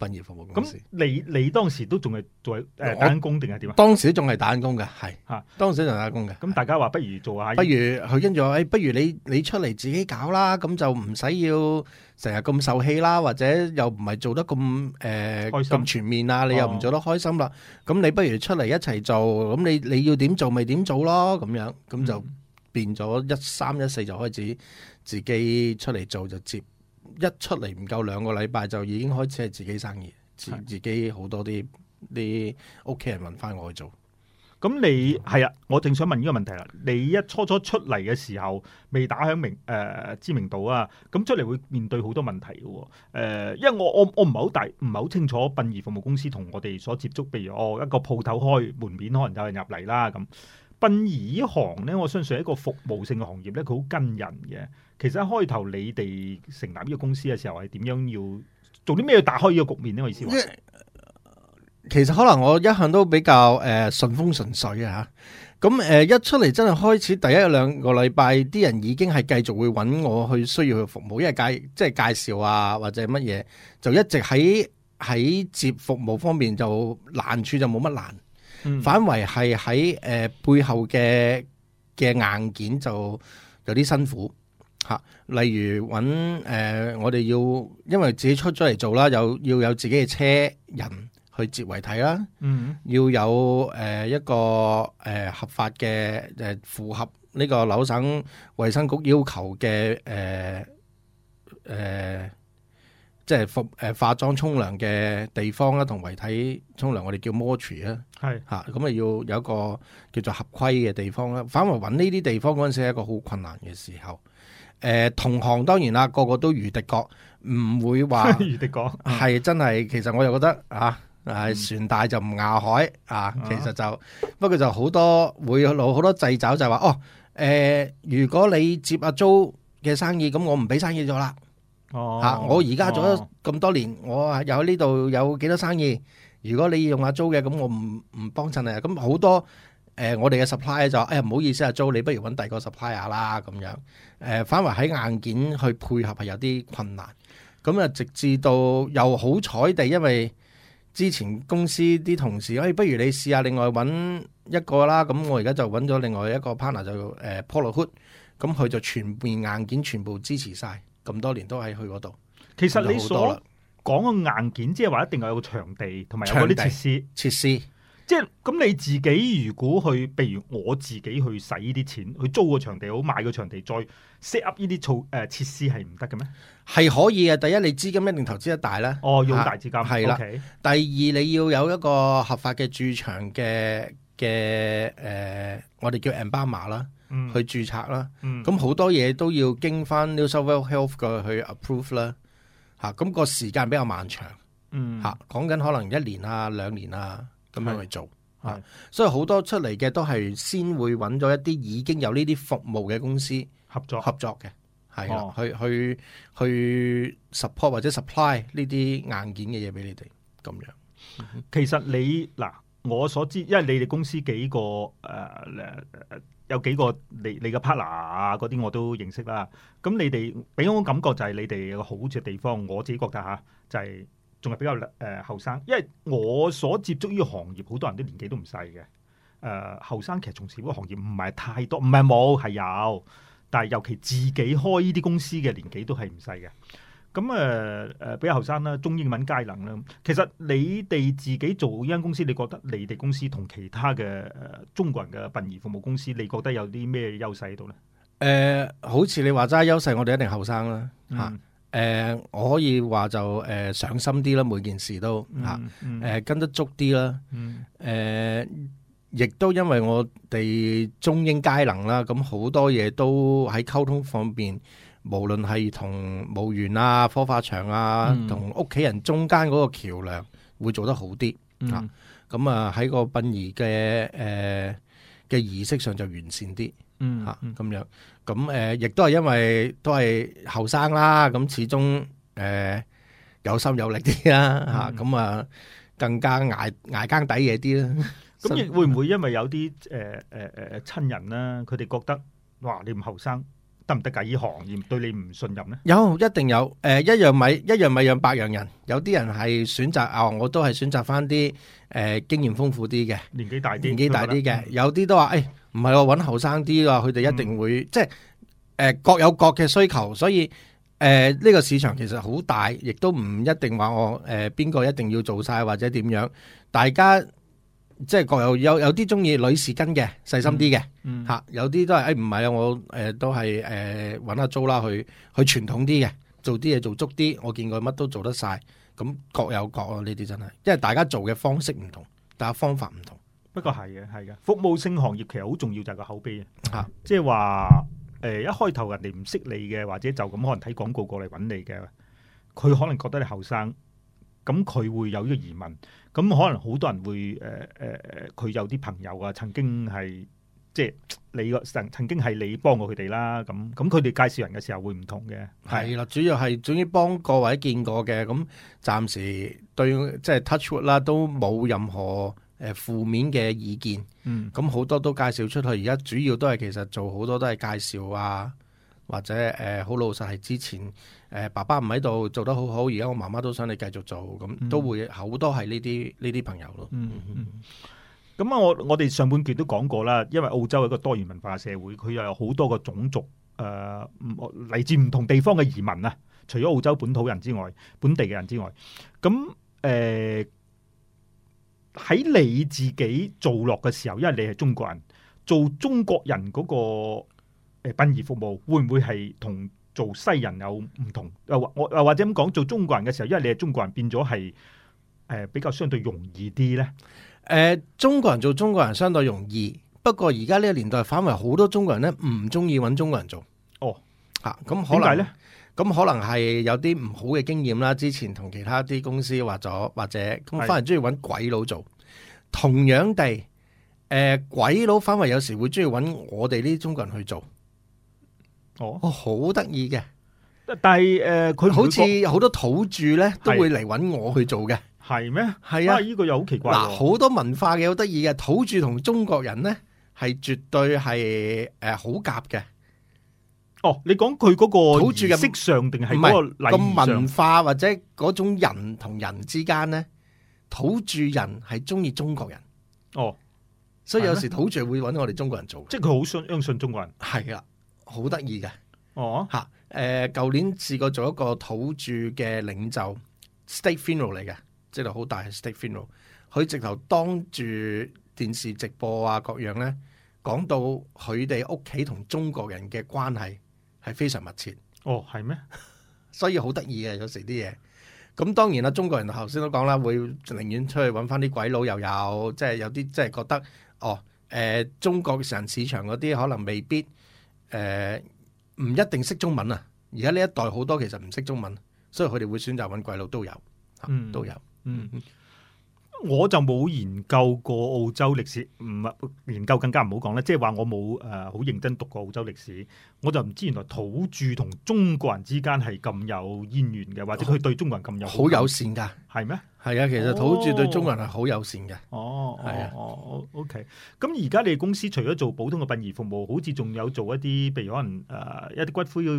B: 殯儀服務公司
A: 咁。你你當時都仲係做誒
B: 我
A: 打緊工定係點啊？
B: 當時仲係打緊工嘅，係
A: 嚇
B: 當時仲係打緊工嘅。
A: 咁大家話不如做下，
B: 不如佢跟住我，誒、不如你你出嚟自己搞啦，咁就唔使要成日咁受氣啦，或者又唔係做得咁誒
A: 開心
B: 咁全面啊，你又
A: 哦
B: 唔做得開心啦，咁、你不如出嚟一齊做，咁你你要點做咪點做咯，咁樣咁
A: 嗯
B: 就變咗一三一四就開始自己出嚟做就接，一出嚟唔夠兩個禮拜就已經開始係自己生意，自
A: 係
B: 自己好多啲啲屋企人問翻我去做。
A: 咁你係啊，我正想問呢個問題啦。你一初初出嚟嘅時候，未打響名誒、呃知名度啊，咁出嚟會面對好多問題嘅喎、呃因為我我我唔係好大，唔係好清楚殯儀服務公司同我哋所接觸，譬如我、哦、一個鋪頭開門面，可能有人入嚟啦咁。殯儀呢行呢，我相信係一個服務性嘅行業呢，佢好跟人嘅。其實一開頭你哋成立呢個公司嘅時候係點樣要做啲咩要打開呢個局面呢？我意思話
B: 因為其實可能我一向都比較誒、呃、順風順水啊嚇。咁誒、呃一出嚟真係開始第一兩個禮拜，啲人已經係繼續會揾我去需要去服務，因為介即係介紹啊或者乜嘢，就一直喺喺接服務方面就難處就冇乜難，
A: 嗯
B: 反為係喺誒呃背後嘅嘅硬件就有啲辛苦。嚇，例如揾誒、呃我哋要因為自己出咗嚟做啦，有要有自己嘅車人去接遺體啦，
A: 嗯
B: 要有誒、呃一個誒、呃合法嘅誒、呃符合呢個紐省衛生局要求嘅誒誒呃即係服誒化妝沖涼嘅地方啦，同遺體沖涼，我哋叫 mortuary 啦
A: 係
B: 嚇，咁啊要有一個叫做合規嘅地方啦。反為揾呢啲地方嗰陣時係一個好困難嘅時候。誒、同行當然啦，個個都如敵國，唔會話
A: *laughs* 如迪
B: *laughs*
A: 講
B: 係真係，其實我又覺得啊，
A: 啊嗯
B: 誒船大就唔牙海啊
A: 啊，
B: 其實就不過就好多會有好多掣肘，就係話哦，誒如果你接阿租嘅生意，咁我唔俾生意做啦
A: 哦
B: 嚇，我而家做咗
A: 哦
B: 咁多年，我啊有呢度有幾多生意，如果你用阿租嘅，咁我唔唔幫襯你啊，咁好多。誒、我哋嘅 supply 就話哎呀唔好意思啊，租你不如揾第二個 supplier 啦咁樣。誒、反為喺硬件去配合係有啲困難。咁啊，直至到又好彩地，因為之前公司啲同事，誒、哎，不如你試下另外揾一個啦。咁我而家就揾咗另外一個 partner 就誒、Polo Hood，咁佢就全面硬件全部支持晒，咁多年都喺佢嗰度。
A: 其實
B: 咁
A: 你
B: 就好多啦
A: 所講嘅硬件，即係話一定有個場地同埋有嗰啲
B: 場地
A: 設施。
B: 設施
A: 即係咁你自己如果去，譬如我自己去使呢啲錢，去租個場地好，買個場地，再 set up 呢啲措誒設施係唔得嘅咩？
B: 係可以嘅。第一，你資金一定投資得大啦。
A: 哦，用
B: 嚇
A: 大字金
B: 係啦
A: o k
B: 第二，你要有一個合法嘅駐場嘅嘅誒，我哋叫 Embama 啦，
A: 嗯，
B: 去註冊啦。
A: 嗯
B: 咁好多嘢都要經翻 New South Wales Health 嘅去 approve 啦。嚇，咁個時間比較漫長
A: 嗯
B: 嚇，講緊可能一年啊、兩年啊咁樣去做
A: 係
B: 嚇，所以好多出嚟嘅都係先會揾咗一啲已經有呢啲服務嘅公司
A: 合作
B: 合作嘅，係啦
A: 哦，
B: 去去去 support 或者 supply 呢啲硬件嘅嘢俾你哋咁樣。
A: 其實你嗱，我所知，因為你哋公司幾個誒、呃呃有幾個你你嘅 partner 啊嗰啲我都認識啦。咁你哋俾我感覺就係你哋有個好嘅地方，我自己覺得吓，就係、仲係比較誒後生，因為我所接觸呢個行業，好多人都年紀都唔細嘅。誒後生其實從事呢個行業唔係太多，唔係冇係有，但係尤其自己開呢啲公司嘅年紀都係唔細嘅。咁誒誒比較後生啦，中英文皆能啦。其實你哋自己做呢間公司，你覺得你哋公司同其他嘅誒、呃中國人嘅殯儀服務公司，你覺得有啲咩優勢喺度咧？
B: 誒、好似你話齋優勢，我哋一定後生啦嚇。誒、
A: 嗯
B: 我可以話就誒、上心啲啦，每件事都嚇。
A: 嗯嗯
B: 誒跟得足啲啦，
A: 嗯
B: 誒、亦都因為我哋中英皆能啦，咁好多嘢都喺溝通方面，無論係同墓園啊、火化場啊
A: 嗯，
B: 同屋企人中間嗰個橋梁會做得好啲，
A: 嗯
B: 咁啊喺個殯儀嘅誒嘅儀式上就完善啲。
A: 嗯
B: 嚇
A: 嗯
B: 咁樣，咁誒、呃亦都係因為都係後生啦，咁始終誒、呃有心有力啲啦
A: 嗯
B: 嚇，咁啊、更加捱捱更抵嘢啲啦。
A: 咁亦
B: 辛
A: 會唔會因為有啲呃誒誒誒親人啦，佢哋覺得哇你唔後生得唔得㗎？呢行業對你唔信任咧？
B: 有一定有誒、呃一樣米一樣米養百樣人，有啲人係選擇啊、我都係選擇翻啲誒經驗豐富啲嘅。
A: 年紀大啲，
B: 年紀大啲
A: 佢
B: 嘅，
A: 覺
B: 有啲都話：，誒哎唔係我揾後生啲啊，佢哋一
A: 嗯
B: 定會、即係誒、呃各有各嘅需求，所以誒呢、個市場其實好大，亦都唔一定話我誒邊個一定要做晒或者點樣，大家即係各有有有啲中意女士跟嘅細心啲嘅嚇，
A: 嗯
B: 有啲都係誒唔係啊，我誒、呃都係誒揾阿租啦，去去傳統啲嘅，做啲嘢做足啲，我見佢乜都做得晒，咁各有各咯，呢啲真係，因為大家做嘅方式唔同，大家方法唔同。
A: 不過係嘅，係嘅。服務性行業其實好重要就係個口碑啊，
B: 嚇
A: 即係話誒一開頭人哋唔識你嘅，或者就咁可能睇廣告過嚟揾你嘅，佢可能覺得你後生，咁佢會有呢個疑問。咁可能好多人會誒誒誒，呃佢、有啲朋友啊，曾經係即係你個曾曾經係你幫過佢哋啦，咁咁佢哋介紹人嘅時候會唔同嘅，
B: 係啦，主要係總之幫過或者見過嘅，咁暫時對即係 touch wood 啦，都冇任何誒負面嘅意見。
A: 嗯
B: 咁好多都介紹出去，而家主要都係其實做好多都係介紹啊，或者呃誒好、老實係之前誒、呃爸爸唔喺度做得好好，而家我媽媽都想你繼續做，咁都會好多係呢啲呢啲朋友咯。
A: 嗯嗯。咁啊，我我哋上半段都講過啦，因為澳洲係一個多元文化社會，佢又有好多個種族，誒唔嚟自唔同地方嘅移民啊，除咗澳洲本土人之外，本地嘅人之外，咁誒喺你自己做落嘅時候，因為你係中呃國人，做中國人嗰個誒殯儀服務，會唔會係同做西人有唔同，又或我又或者咁講，做中國人嘅時候，因為你係中國人，變咗係誒比較相對容易啲咧。
B: 诶、呃中國人做中國人相對容易，不過而家呢個年代反為好多中國人咧唔中意揾中國人做。
A: 哦，
B: 吓咁、
A: 點
B: 可
A: 解
B: 能
A: 咧？
B: 咁可能係有啲唔好嘅經驗啦，之前同其他啲公司或咗或者咁
A: 係
B: 反而中意揾鬼佬做。同樣地，誒、鬼佬反為有時會中意揾我哋呢啲中國人去做，
A: 哦，
B: 哦，好得意嘅。
A: 但係誒佢
B: 好似好多土著咧都
A: 係
B: 會嚟揾我去做嘅，
A: 係咩？
B: 係啊。
A: 依個又好奇怪
B: 嗱，
A: 喎。
B: 好多文化嘅好得意嘅，土著同中國人咧係絕對係誒好夾嘅，
A: 哦，你講佢嗰個
B: 土著嘅
A: 儀式上定係
B: 唔係
A: 嗰個禮儀
B: 咁
A: 上
B: 文？化或者嗰種人同人之間咧，土著人係中意中國人。
A: 哦，
B: 所以
A: 係
B: 有
A: 咩
B: 時土著會揾我哋中國人做嘅，
A: 即係佢好信相信中國人。
B: 係啦，好得意嘅
A: 哦，
B: 嚇。誒、舊年試過做一個土著嘅領袖，state funeral 嚟嘅，即係好大嘅 state funeral。佢直頭當住電視直播啊各樣咧，講到佢哋屋企同中國人嘅關係係非常密切，
A: 哦，係咩？
B: 所以好得意嘅有時啲嘢。咁當然啦，中國人頭先都講啦，會寧願出去揾翻啲鬼佬又有，即係有啲即係覺得哦，誒、中國人市場嗰啲可能未必誒唔、呃一定識中文啊。而家呢一代好多其實唔識中文，所以佢哋會選擇揾鬼佬都有，嚇
A: 嗯
B: 都有。
A: 嗯。我就冇研究過澳洲歷史，唔係研究更加唔好講啦。即係話我冇誒好認真讀過澳洲歷史，我就唔知原來土著同中國人之間係咁有淵源嘅，或者佢對中國人咁有
B: 好友善㗎，
A: 係咩？
B: 係啊，其實土著對中國人係好友善嘅。
A: 哦，
B: 係啊
A: 哦哦哦，OK。咁而家你公司除咗做普通嘅殯儀服務，好似仲有做一啲，譬如可能誒、呃一啲骨灰要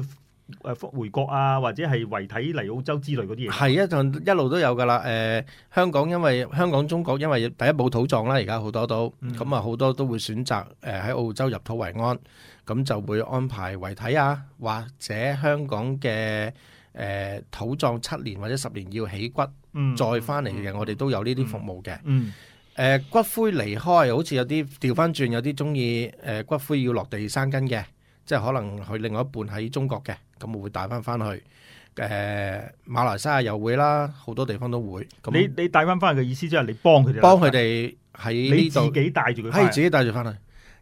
A: 誒復回國啊，或者係遺體嚟澳洲之類嗰啲嘢。
B: 係啊，就一路都有㗎啦。誒、香港因為香港中國因為第一冇土葬啦，而家好多都
A: 嗯
B: 咁啊，好、多都會選擇誒喺澳洲入土為安，咁就會安排遺體啊，或者香港嘅誒、土葬七年或者十年要起骨
A: 嗯
B: 再翻嚟嘅，我哋都有呢啲服務嘅。
A: 嗯
B: 誒、呃骨灰離開，好似有啲調翻轉，有啲中意誒骨灰要落地生根嘅，即係可能佢另外一半喺中國嘅，咁我會帶翻翻去。誒、馬來西亞又會啦，好多地方都會。
A: 你
B: 咁
A: 你帶翻翻嚟嘅意思即係你幫佢哋，
B: 幫佢哋喺
A: 你
B: 呢
A: 自
B: 度，
A: 己帶住佢翻
B: 係
A: 嚟。
B: 自己帶住翻去。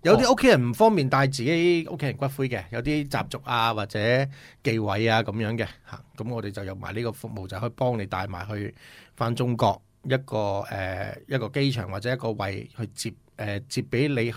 B: 有啲屋企人唔方便帶自己屋企人骨灰嘅，有啲習俗啊或者忌諱啊咁樣嘅嚇，咁我哋就有埋呢個服務，就可以幫你帶埋去翻中國一個誒、呃一個機場或者一個位去接誒、呃接俾你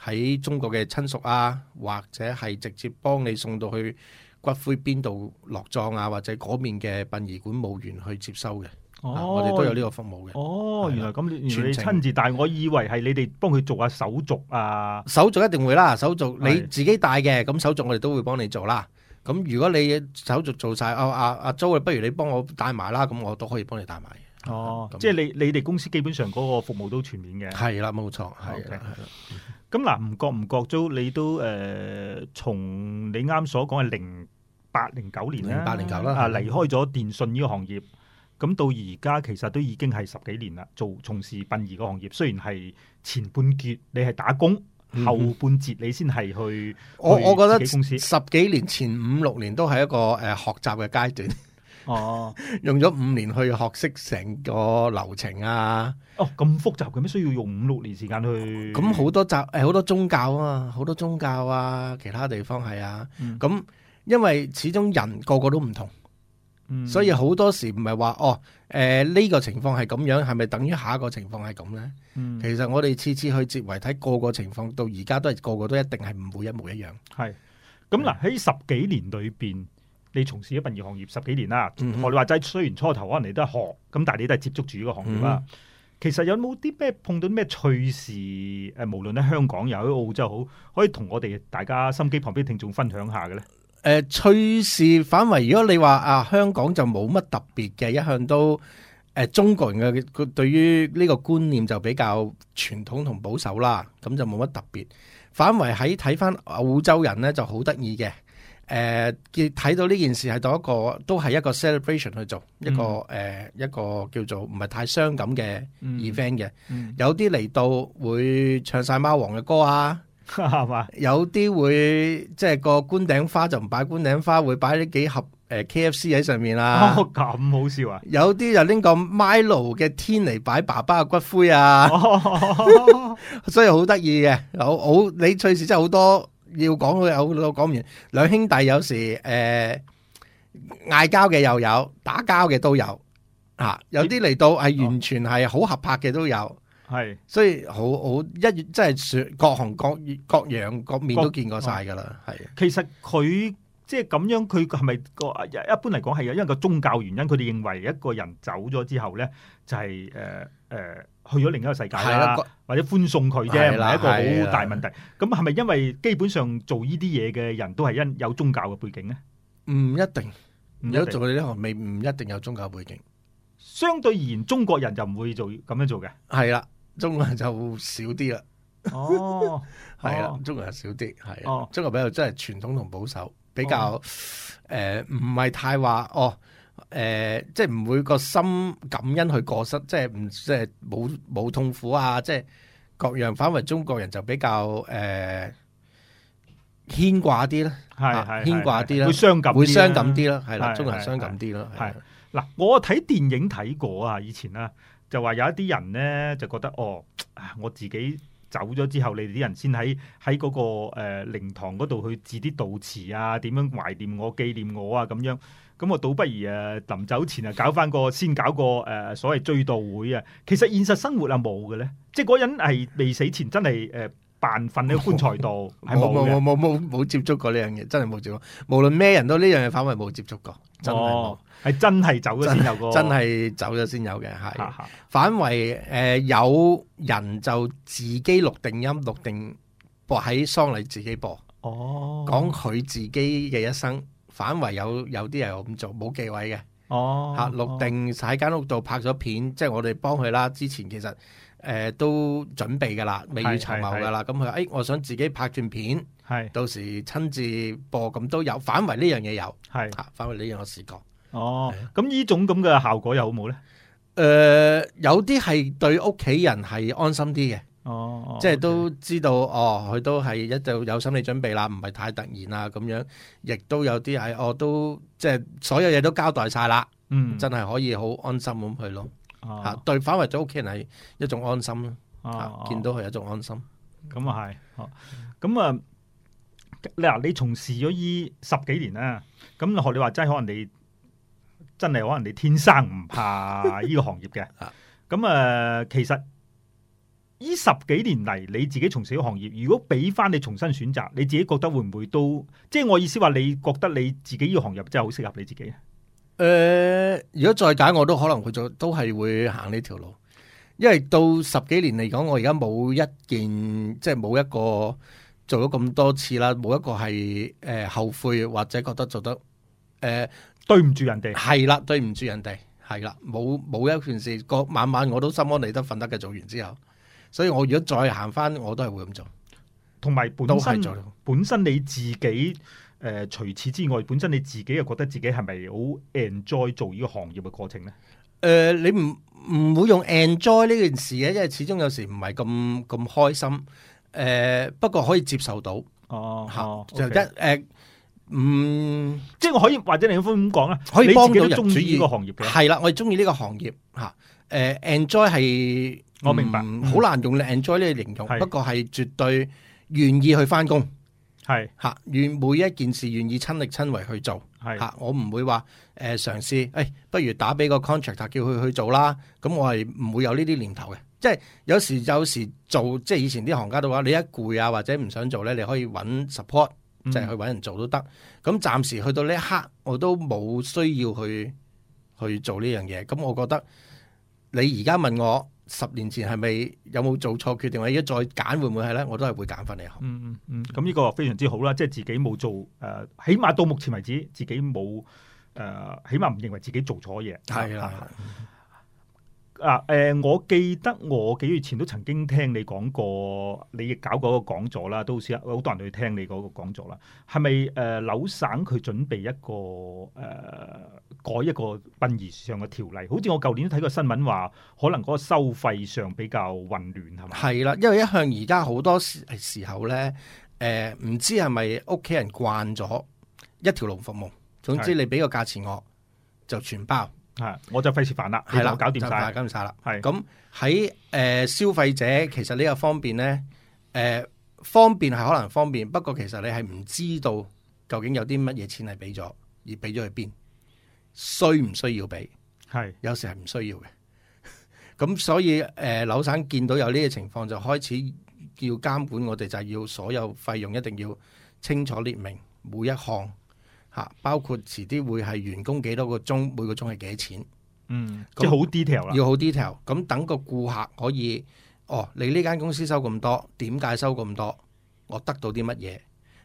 B: 喺中國嘅親屬啊，或者係直接幫你送到去骨灰邊度落葬啊，或者嗰邊嘅殯儀館墓園去接收嘅、啊我哋都有呢個服務嘅。
A: 哦，
B: 係啦
A: 原來咁，原來
B: 全
A: 你
B: 程
A: 親自帶，我以為係你哋幫佢做下手續啊。
B: 手續一定會啦，手續你
A: 係
B: 自己帶嘅，咁手續我哋都會幫你做啦。咁如果你手續做晒，哦阿阿阿 Jo，不如你幫我帶埋啦，咁我都可以幫你帶埋。
A: 哦
B: 咁，
A: 即係你你哋公司基本上嗰個服務都全面嘅。
B: 係啦，冇錯，係
A: OK
B: 啦係啦
A: 咁嗱，唔覺唔覺都你都誒、呃，從你啱所講係零八零九年啦，
B: 08 09啦
A: 啊
B: 係
A: 離開咗電信呢個行業，咁到而家其實都已經係十幾年啦，做從事殯儀個行業，雖然係前半截你係打工，
B: 嗯
A: 後半截你先係去
B: 我我覺
A: 去
B: 得
A: 自己公司
B: 十幾年前五六年都係一個誒、呃、學習嘅階段， *laughs*
A: 哦
B: 用咗五年去學識成個流程啊。
A: 哦咁複雜嘅咩？需要用五六年時間去
B: 咁好多集誒好多宗教啊嘛，好多宗教啊，其他地方係啊。
A: 嗯
B: 咁、因為始終人個個都唔同。
A: 嗯
B: 所以好多時唔係話哦，誒、呢、個情況係咁樣，係咪等於下一個情況係咁呢？
A: 嗯
B: 其實我哋次次去接遺體，個個情況到而家都係個個都一定係唔會一模一樣。
A: 係咁嗱，喺十幾年裏邊，你從事咗殯儀行業十幾年啦。
B: 嗯哼
A: 我哋話齋，雖然初頭可能你都係學，咁但係你都係接觸住呢個行業啦。
B: 嗯
A: 其實有冇啲咩碰到咩趣事？誒，無論喺香港又喺澳洲好，可以同我哋大家心機旁邊聽眾分享下嘅咧。
B: 誒、趣事呃反為，如果你話啊香港就冇乜特別嘅，一向都誒、呃中國人嘅佢對於呢個觀念就比較傳統同保守啦，咁就冇乜特別。反為喺睇翻澳洲人呢就好得意嘅，誒、見睇到呢件事係當一個都係一個 celebration 去做一個誒、呃一個叫做唔係太傷
A: 嗯
B: 嗯感嘅 event 嘅。有啲嚟到會唱晒貓王嘅歌啊，
A: 係嘛？
B: 有啲會即係個官頂花就唔擺官頂花，會擺呢幾盒誒 K F C 喺上面啦。
A: 哦，咁好笑啊！
B: 有啲就拎個 Milo 嘅天嚟擺爸爸嘅骨灰啊，
A: 哦，
B: 所以好得意嘅。好好，你趣事真係好多要講，佢有好多講唔完。兩兄弟有時誒嗌交嘅又有，打交嘅都有啊。有啲嚟到
A: 哦
B: 係完全係好合拍嘅都有。
A: *laughs* 係
B: 所以好好一月真係各行各業各樣各面
A: 各哦
B: 都見過晒㗎啦，係
A: 其實佢即係咁樣，佢係咪個一般嚟講係因為個宗教原因，佢哋認為一個人走咗之後咧，就係誒誒去咗另一個世界
B: 係
A: 啦
B: 啦，。各
A: 或者寬鬆佢啫，唔
B: 係啊啦
A: 係一個好大問題。咁係咪因為基本上做呢啲嘢嘅人都係因有宗教嘅背景咧？
B: 唔一定，
A: 唔一
B: 如果
A: 定
B: 做呢行未唔一定有宗教背景，
A: 相對而言，中國人就唔會做咁樣做嘅。
B: 係啦，中國人就少啲啦，
A: 哦，
B: 係啦
A: 哦，
B: 中國人少啲，係
A: 哦
B: 啊，中國比較真係傳統同保守，比較誒唔係太話哦。誒、即係唔會個心感恩去過失，即係唔即係冇冇痛苦啊！即係各樣，反為中國人就比較誒、牽掛啲啦。
A: *laughs* 係
B: 啊
A: 係
B: 牽掛啲啦
A: 會傷感，
B: 會傷感。啲啦，係啦，
A: 係
B: 中國人
A: 係
B: 傷感啲啦，係
A: 係嗱，我睇電影睇過啊，以前啦，就話有一啲人咧就覺得哦，啊我自己走咗之後，你哋啲人先喺喺嗰個誒、呃、靈堂嗰度去致啲悼詞啊，點樣懷念我、紀念我啊咁樣。咁我倒不如誒、呃、臨走前啊，搞翻個先搞個誒、呃所謂追悼會啊。其實現實生活啊冇嘅咧，即係嗰人係未死前真係誒、呃扮瞓喺個棺材度，係
B: *laughs* 冇冇
A: 冇嘅
B: 冇。冇冇冇接觸過呢樣嘢，真係冇接觸。無論咩人都呢樣嘢，反為冇接觸過，真係冇
A: 哦，係真係走咗先有個
B: 真係走咗先有嘅，
A: 嚇
B: 係
A: 嚇
B: 反為誒、呃有人就自己錄定音錄定播喺喪禮自己播，
A: 哦
B: 講佢自己嘅一生。反為有有啲人有咁做，冇忌諱嘅
A: 哦
B: 嚇，錄定喺間屋度拍咗片，即係我哋幫佢啦。之前其實誒、呃都準備㗎啦，未雨
A: 係
B: 綢繆
A: 係係
B: 㗎啦。咁佢誒，我想自己拍段片。
A: 係
B: 到時親自播咁都有，反為呢樣嘢有
A: 係
B: 嚇，反為呢樣我試過。誒、
A: 哦
B: 係啊，
A: 咁呢種咁嘅效果又好冇咧？
B: 有啲係對屋企人係安心啲嘅，
A: 哦，
B: 即係都知道哦，佢都係一度有心理準備啦，唔係太突然啦咁樣。亦都有啲係我都即係所有嘢都交代晒啦，
A: 嗯哦
B: 真係可以好安心咁去咯嚇、
A: 嚇
B: 對反為對屋企人係一種安心咯嚇、見到佢係一種安心。
A: 哦咁啊係，哦咁啊嗱，你從事咗依十幾年啦，咁學你話齋，可能你真係可能你天生唔
B: *laughs*
A: 怕呢個行業嘅
B: 啊，
A: 咁啊其實。呢十幾年嚟，你自己從事嘅行業，如果俾翻你重新選擇，你自己覺得會唔會都？即係我意思話，你覺得你自己呢個行業真係好適合你自己啊？
B: 誒、呃如果再揀，我都可能會做，都係會行呢條路，因為到十幾年嚟講，我而家冇一件，即係冇一個做咗咁多次啦，冇一個係誒、呃後悔或者覺得做得誒
A: 對唔住人哋，
B: 係啦，對唔住人哋係啦，冇冇一件事，個晚晚我都心安理得瞓得嘅，做完之後，所以我如果再行翻，我都係會咁做，
A: 同埋
B: 都
A: 本
B: 係
A: 身
B: 做到。
A: 本身你自己誒、呃除此之外，本身你自己又覺得自己係咪好 enjoy 做呢個行業嘅過程咧？
B: 誒、呃你唔唔會用 enjoy 呢件事嘅，因為始終有時唔係咁咁開心。誒、不過可以接受到
A: 哦
B: 嚇，就一誒，嗯，
A: 即係我可以或者你咁講啦，
B: 可以
A: 你自
B: 幫
A: 己
B: 到
A: 都
B: 人
A: 中意呢個
B: 主要
A: 行業嘅，
B: 係啦，我哋中意呢個行業嚇。誒、enjoy 係
A: 我明白
B: 嗯
A: 嗯
B: 好難用 enjoy 呢個形容，
A: 係
B: 不過係絕對願意去翻工
A: 係
B: 嚇，願每一件事願意親力親為去做。
A: 係
B: 嚇，我唔會話誒、嘗試，誒、哎不如打俾個 contractor 叫佢去做啦。咁我係唔會有呢啲念頭嘅，即係有時有時做，即係以前啲行家都話，你一攰啊或者唔想做咧，你可以揾 support，即係去
A: 嗯
B: 揾人做都得。咁暫時去到呢一刻，我都冇需要去去做呢樣嘢。咁我覺得你而家問我十年前係咪有冇做錯決定，或者再揀會唔會係咧？我都係會揀翻你行。
A: 嗯嗯嗯，咁呢個非常之好啦，即係自己冇做誒、呃起碼到目前為止自己冇誒、呃起碼唔認為自己做錯嘢。
B: 係
A: 啊
B: 啦，
A: 誒、啊誒，我記得我幾月前都曾經聽你講過，你亦搞過一個講座啦，都好似好多人去聽你嗰個講座啦。係咪誒紐省佢準備一個誒、呃改一個殯儀上嘅條例？好似我舊年都睇過新聞話，可能嗰個收費上比較混亂係嘛？
B: 啊係啦，因為一向而家好多時時候咧，诶、呃唔知係咪屋企人慣咗一條龍服務，總之
A: 係
B: 你俾個價錢我就全包，
A: 係，啊我就費事煩啦，你
B: 啊係
A: 就
B: 啦，
A: 搞掂
B: 就
A: 晒。
B: 搞掂晒啦。
A: 係
B: 咁喺诶消費者其實呢個方便咧，诶、方便係可能方便，不過其實你係唔知道究竟有啲乜嘢錢係俾咗，而俾咗去邊，需唔需要俾？
A: 係
B: 有時係唔需要嘅。 *laughs* 咁所以誒、呃、紐省見到有呢個情況，就開始要監管我哋，就係要所有費用一定要清楚列明每一項嚇、包括遲啲會係員工幾多個鐘，每個鐘係幾多錢，
A: 嗯，
B: 咁
A: 即係好 detail 啦。
B: 要好 detail。咁等個顧客可以，哦，你呢間公司收咁多，點解收咁多？我得到啲乜嘢？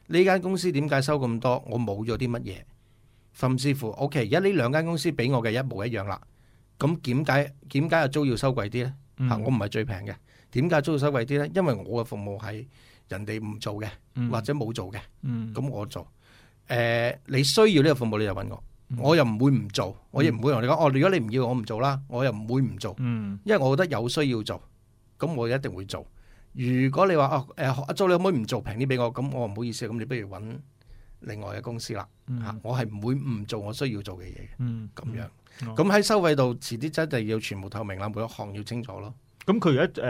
B: 呢間公司點解收咁多？我冇咗啲乜嘢？甚至乎，OK，而家呢兩間公司俾我嘅一模一樣啦。咁點解點解阿租要收貴啲呢？
A: 嗯
B: 嚇、我唔係最平嘅。點解租要收貴啲呢？因為我嘅服務係人哋唔做嘅，
A: 嗯
B: 或者冇做嘅，
A: 嗯
B: 咁我做。誒、你需要呢個服務你就揾我，
A: 嗯
B: 我又唔會唔做，我亦唔會同你講哦。如果你唔要我唔做啦，我又唔會唔做。
A: 嗯
B: 因為我覺得有需要做，咁我一定會做。如果你話哦誒阿租你可唔可以唔做平啲俾我？咁我唔好意思，咁你不如揾另外嘅公司啦嚇、
A: 嗯
B: 我係唔會唔做我需要做嘅嘢嘅
A: 嗯
B: 咁樣。
A: 嗯哦
B: 咁喺、收費度，遲啲真係要全部透明啦，每一項要清楚咯。
A: 咁佢而家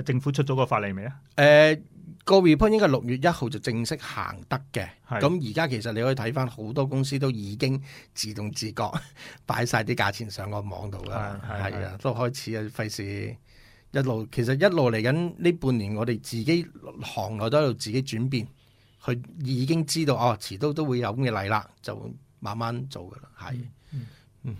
A: 誒政府出咗個法例未啊？
B: 誒、個 report 應該六月一號就正式行得嘅。
A: 係
B: 咁而家其實你可以睇翻好多公司都已經自動自覺 *laughs* 擺晒啲價錢上個網度啦，
A: 係係
B: 係啊，都開始啊，費事一路其實一路嚟緊呢半年，我哋自己行內都喺度自己轉變，佢已經知道哦，遲都都會有咁嘅例啦，就慢慢做噶啦，係。
A: 嗯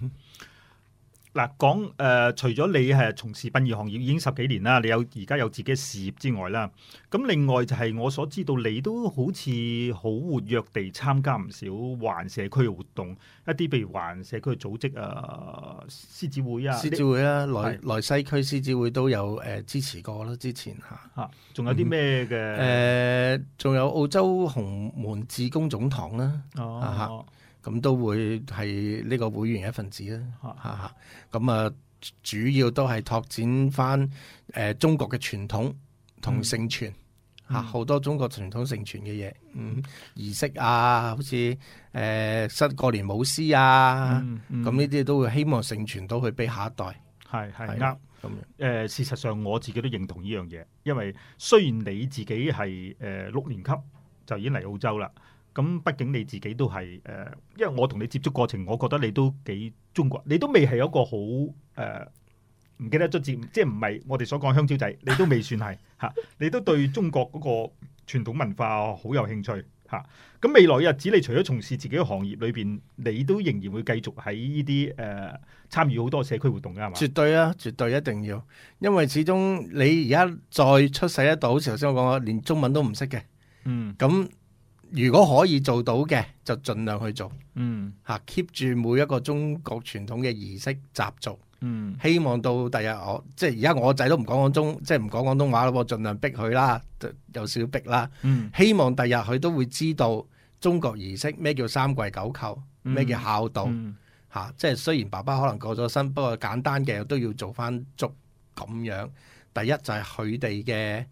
A: 嗱，講誒、呃除咗你係從事殯儀行業已經十幾年啦，你有而家有自己嘅事業之外啦，咁另外就係我所知道你都好似好活躍地參加唔少環社區嘅活動，一啲譬如環社區嘅組織啊、獅子會啊，
B: 獅子會啦，內
A: 係
B: 內西區獅子會都有誒、呃支持過啦，之前嚇。
A: 嚇，仲有啲咩嘅？
B: 誒，仲、有澳洲紅門志工總堂啦，啊
A: 哦，
B: 咁都會係呢個會員一份子啦，嚇
A: 啊
B: 嚇。咁啊，主要都係拓展翻誒、中國嘅傳統同
A: 嗯
B: 盛傳
A: 嗯
B: 嚇，好、多中國傳統盛傳嘅嘢，嗯，儀式啊，好似誒、失過年舞獅啊，
A: 嗯
B: 咁
A: 嗯，
B: 呢啲都會希望盛傳到去俾下一代，
A: 係係
B: 係
A: 啱
B: 啦。咁樣。
A: 誒、呃事實上我自己都認同呢樣嘢，因為雖然你自己係誒、呃六年級就已經嚟澳洲啦，咁畢竟你自己都係誒、呃因為我同你接觸過程，我覺得你都幾中國，你都未係一個好誒。唔記得咗字，即係唔係我哋所講香蕉仔，你都未算係嚇，你都對中國嗰個傳統文化好有興趣嚇。咁、未來日子，你除咗從事自己嘅行業裏邊，你都仍然會繼續喺呢啲誒參與好多社區活動㗎係嘛？
B: 絕對啊，絕對一定要，因為始終你而家再出世一代，好似頭先我講過，連中文都唔識嘅，
A: 嗯
B: 咁如果可以做到嘅，就盡量去做
A: 嗯。
B: 嚇，keep 住每一個中國傳統嘅儀式習俗，
A: 嗯
B: 希望到第日我即係而家我仔都唔講廣中，即係唔講廣東話啦，我盡量逼佢啦，有少少逼啦，
A: 嗯
B: 希望第日佢都會知道中國儀式咩叫三跪九叩，咩叫孝道。
A: 嗯
B: 嚇、即係雖然爸爸可能過咗身，不過簡單嘅都要做翻足咁樣。第一就係佢哋嘅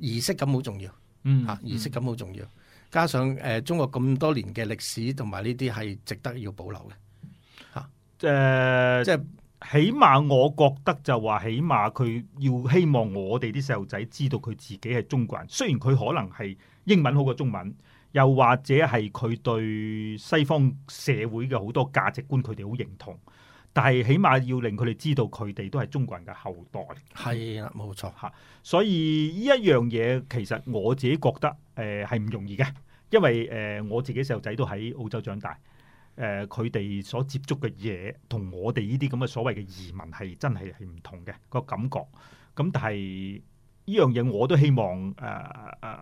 B: 儀式感好重要
A: 嗯
B: 嚇、啊儀式感好重要。加上誒、呃中國咁多年嘅歷史同埋呢啲係值得要保留嘅，
A: 誒，
B: 即係
A: 起碼我覺得就話，起碼佢要希望我哋啲細路仔知道佢自己係中國人，雖然佢可能係英文好過中文。又或者係佢對西方社會嘅好多價值觀，佢哋好認同，但係起碼要令佢哋知道佢哋都係中國人嘅後代。
B: 係啦，冇錯，
A: 所以呢一樣嘢其實我自己覺得誒係唔容易嘅，因為誒、呃我自己細路仔都喺澳洲長大，誒佢哋所接觸嘅嘢同我哋呢啲咁嘅所謂嘅移民係真係係唔同嘅、個呃感覺。咁但係呢樣嘢我都希望誒誒、呃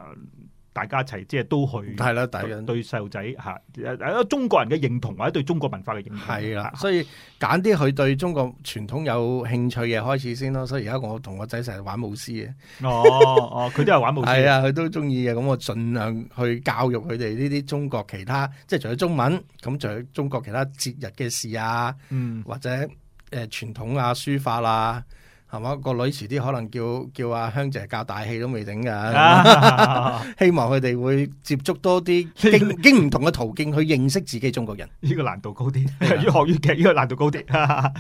A: 大家一齊即係都去
B: 系啦，大
A: 嗯對
B: 緊
A: 對細路仔嚇誒中國人嘅認同或者對中國文化嘅認同啊
B: 係啦，
A: 嚇
B: 所以揀啲佢對中國傳統有興趣嘅開始先咯。所以而家我同我仔成日玩舞獅嘅，
A: 哦哦，佢都係玩舞
B: 係
A: 獅，
B: 啊，佢都中意嘅。咁我盡量去教育佢哋呢啲中國其他，即係除咗中文，咁仲有中國其他節日嘅事啊，
A: 嗯
B: 或者誒、呃、傳統啊、書法啊，係嘛？個女遲啲可能叫叫阿香姐教大戲都未定㗎。
A: *laughs* 啊，
B: 希望佢哋會接觸多啲 *laughs* 經經唔同嘅途徑去認識自己中國人。
A: 呢個難度高啲， *laughs* 越學越劇呢個難度高啲。 *laughs*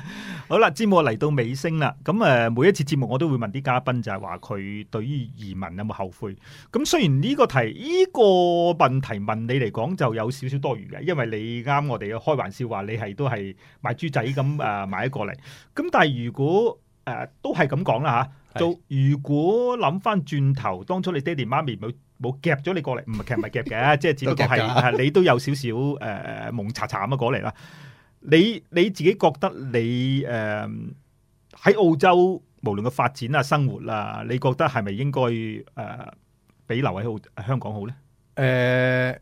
A: 好啦，節目嚟到尾聲啦，咁誒每一次節目我都會問啲嘉賓就係話佢對於移民有冇後悔。咁雖然呢個題呢、個問題問你嚟講就有少少多餘嘅，因為你啱我哋開玩笑話你係都係賣豬仔咁誒買咗過嚟。咁但係如果誒、呃都係咁講啦嚇，
B: 係
A: 做如果諗翻轉頭，當初你爹哋媽咪冇冇夾咗你過嚟，唔係其實唔係夾
B: *laughs*
A: 嘅，即係只不過係
B: 都夾㗎
A: 係你都有少少誒誒蒙查查咁啊過嚟啦。你你自己覺得你誒喺、澳洲無論個發展啊、生活啊，你覺得係咪應該誒、呃、比留喺澳香港好咧？
B: 誒、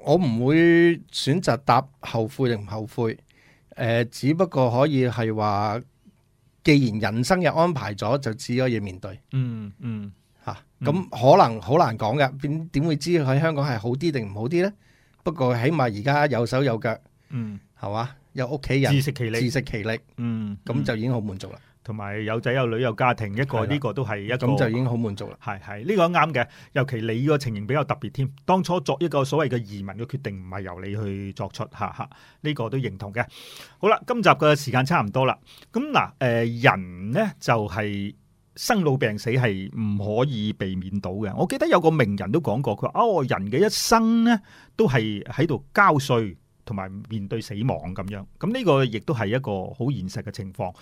B: 我唔會選擇答後悔定唔後悔。誒、只不過可以係話，既然人生嘅安排咗，就只可以面對
A: 嗯嗯
B: 嚇。
A: 嗯
B: 咁、可能好難講嘅，點點會知喺香港係好啲定唔好啲呢？不過起碼而家有手有腳，
A: 嗯，
B: 係嘛？有屋企
A: 自
B: 人
A: 食其
B: 自
A: 力，
B: 食其力，
A: 嗯，
B: 咁就已經好滿足啦。
A: 同埋有仔有女有家庭，一
B: 係
A: 個
B: 啦
A: 呢個都係一個
B: 咁就已經好滿足啦。
A: 係係呢個啱嘅，尤其你個情形比較特別添。當初作一個所謂嘅移民嘅決定，唔係由你去作出，哈哈，呢、個都認同嘅。好啦，今集嘅時間差唔多啦。咁嗱，誒、人呢就係、生老病死係唔可以避免到嘅。我記得有個名人都講過，佢話：哦，人嘅一生呢都係喺度交税同埋面對死亡咁樣。咁呢個亦都係一個好現實嘅情況。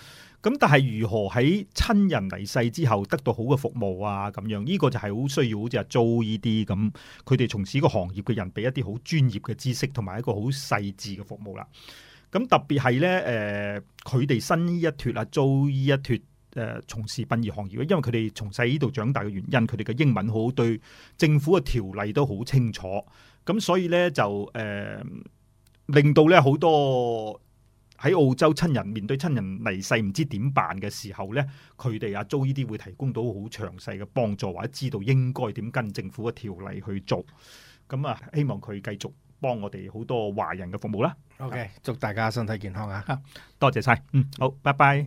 A: 咁但係如何喺親人離世之後得到好嘅服務啊？咁樣呢、個就係好需要，好似阿 Jo 呢啲咁，佢哋從事呢個行業嘅人，俾一啲好專業嘅知識同埋一個好細緻嘅服務啦。咁特別係咧，誒佢哋新一脱啊，Jo 呢一脱。誒、從事殯儀行業，因為佢哋從細呢度長大嘅原因，佢哋嘅英文好，對政府嘅條例都好清楚，咁所以咧就誒、令到咧好多喺澳洲親人面對親人離世唔知點辦嘅時候咧，佢哋啊租呢啲會提供到好詳細嘅幫助，或者知道應該點跟政府嘅條例去做。咁啊，希望佢繼續幫我哋好多華人嘅服務啦。
B: OK，祝大家身體健康啊！
A: 多謝晒，嗯，好，拜拜。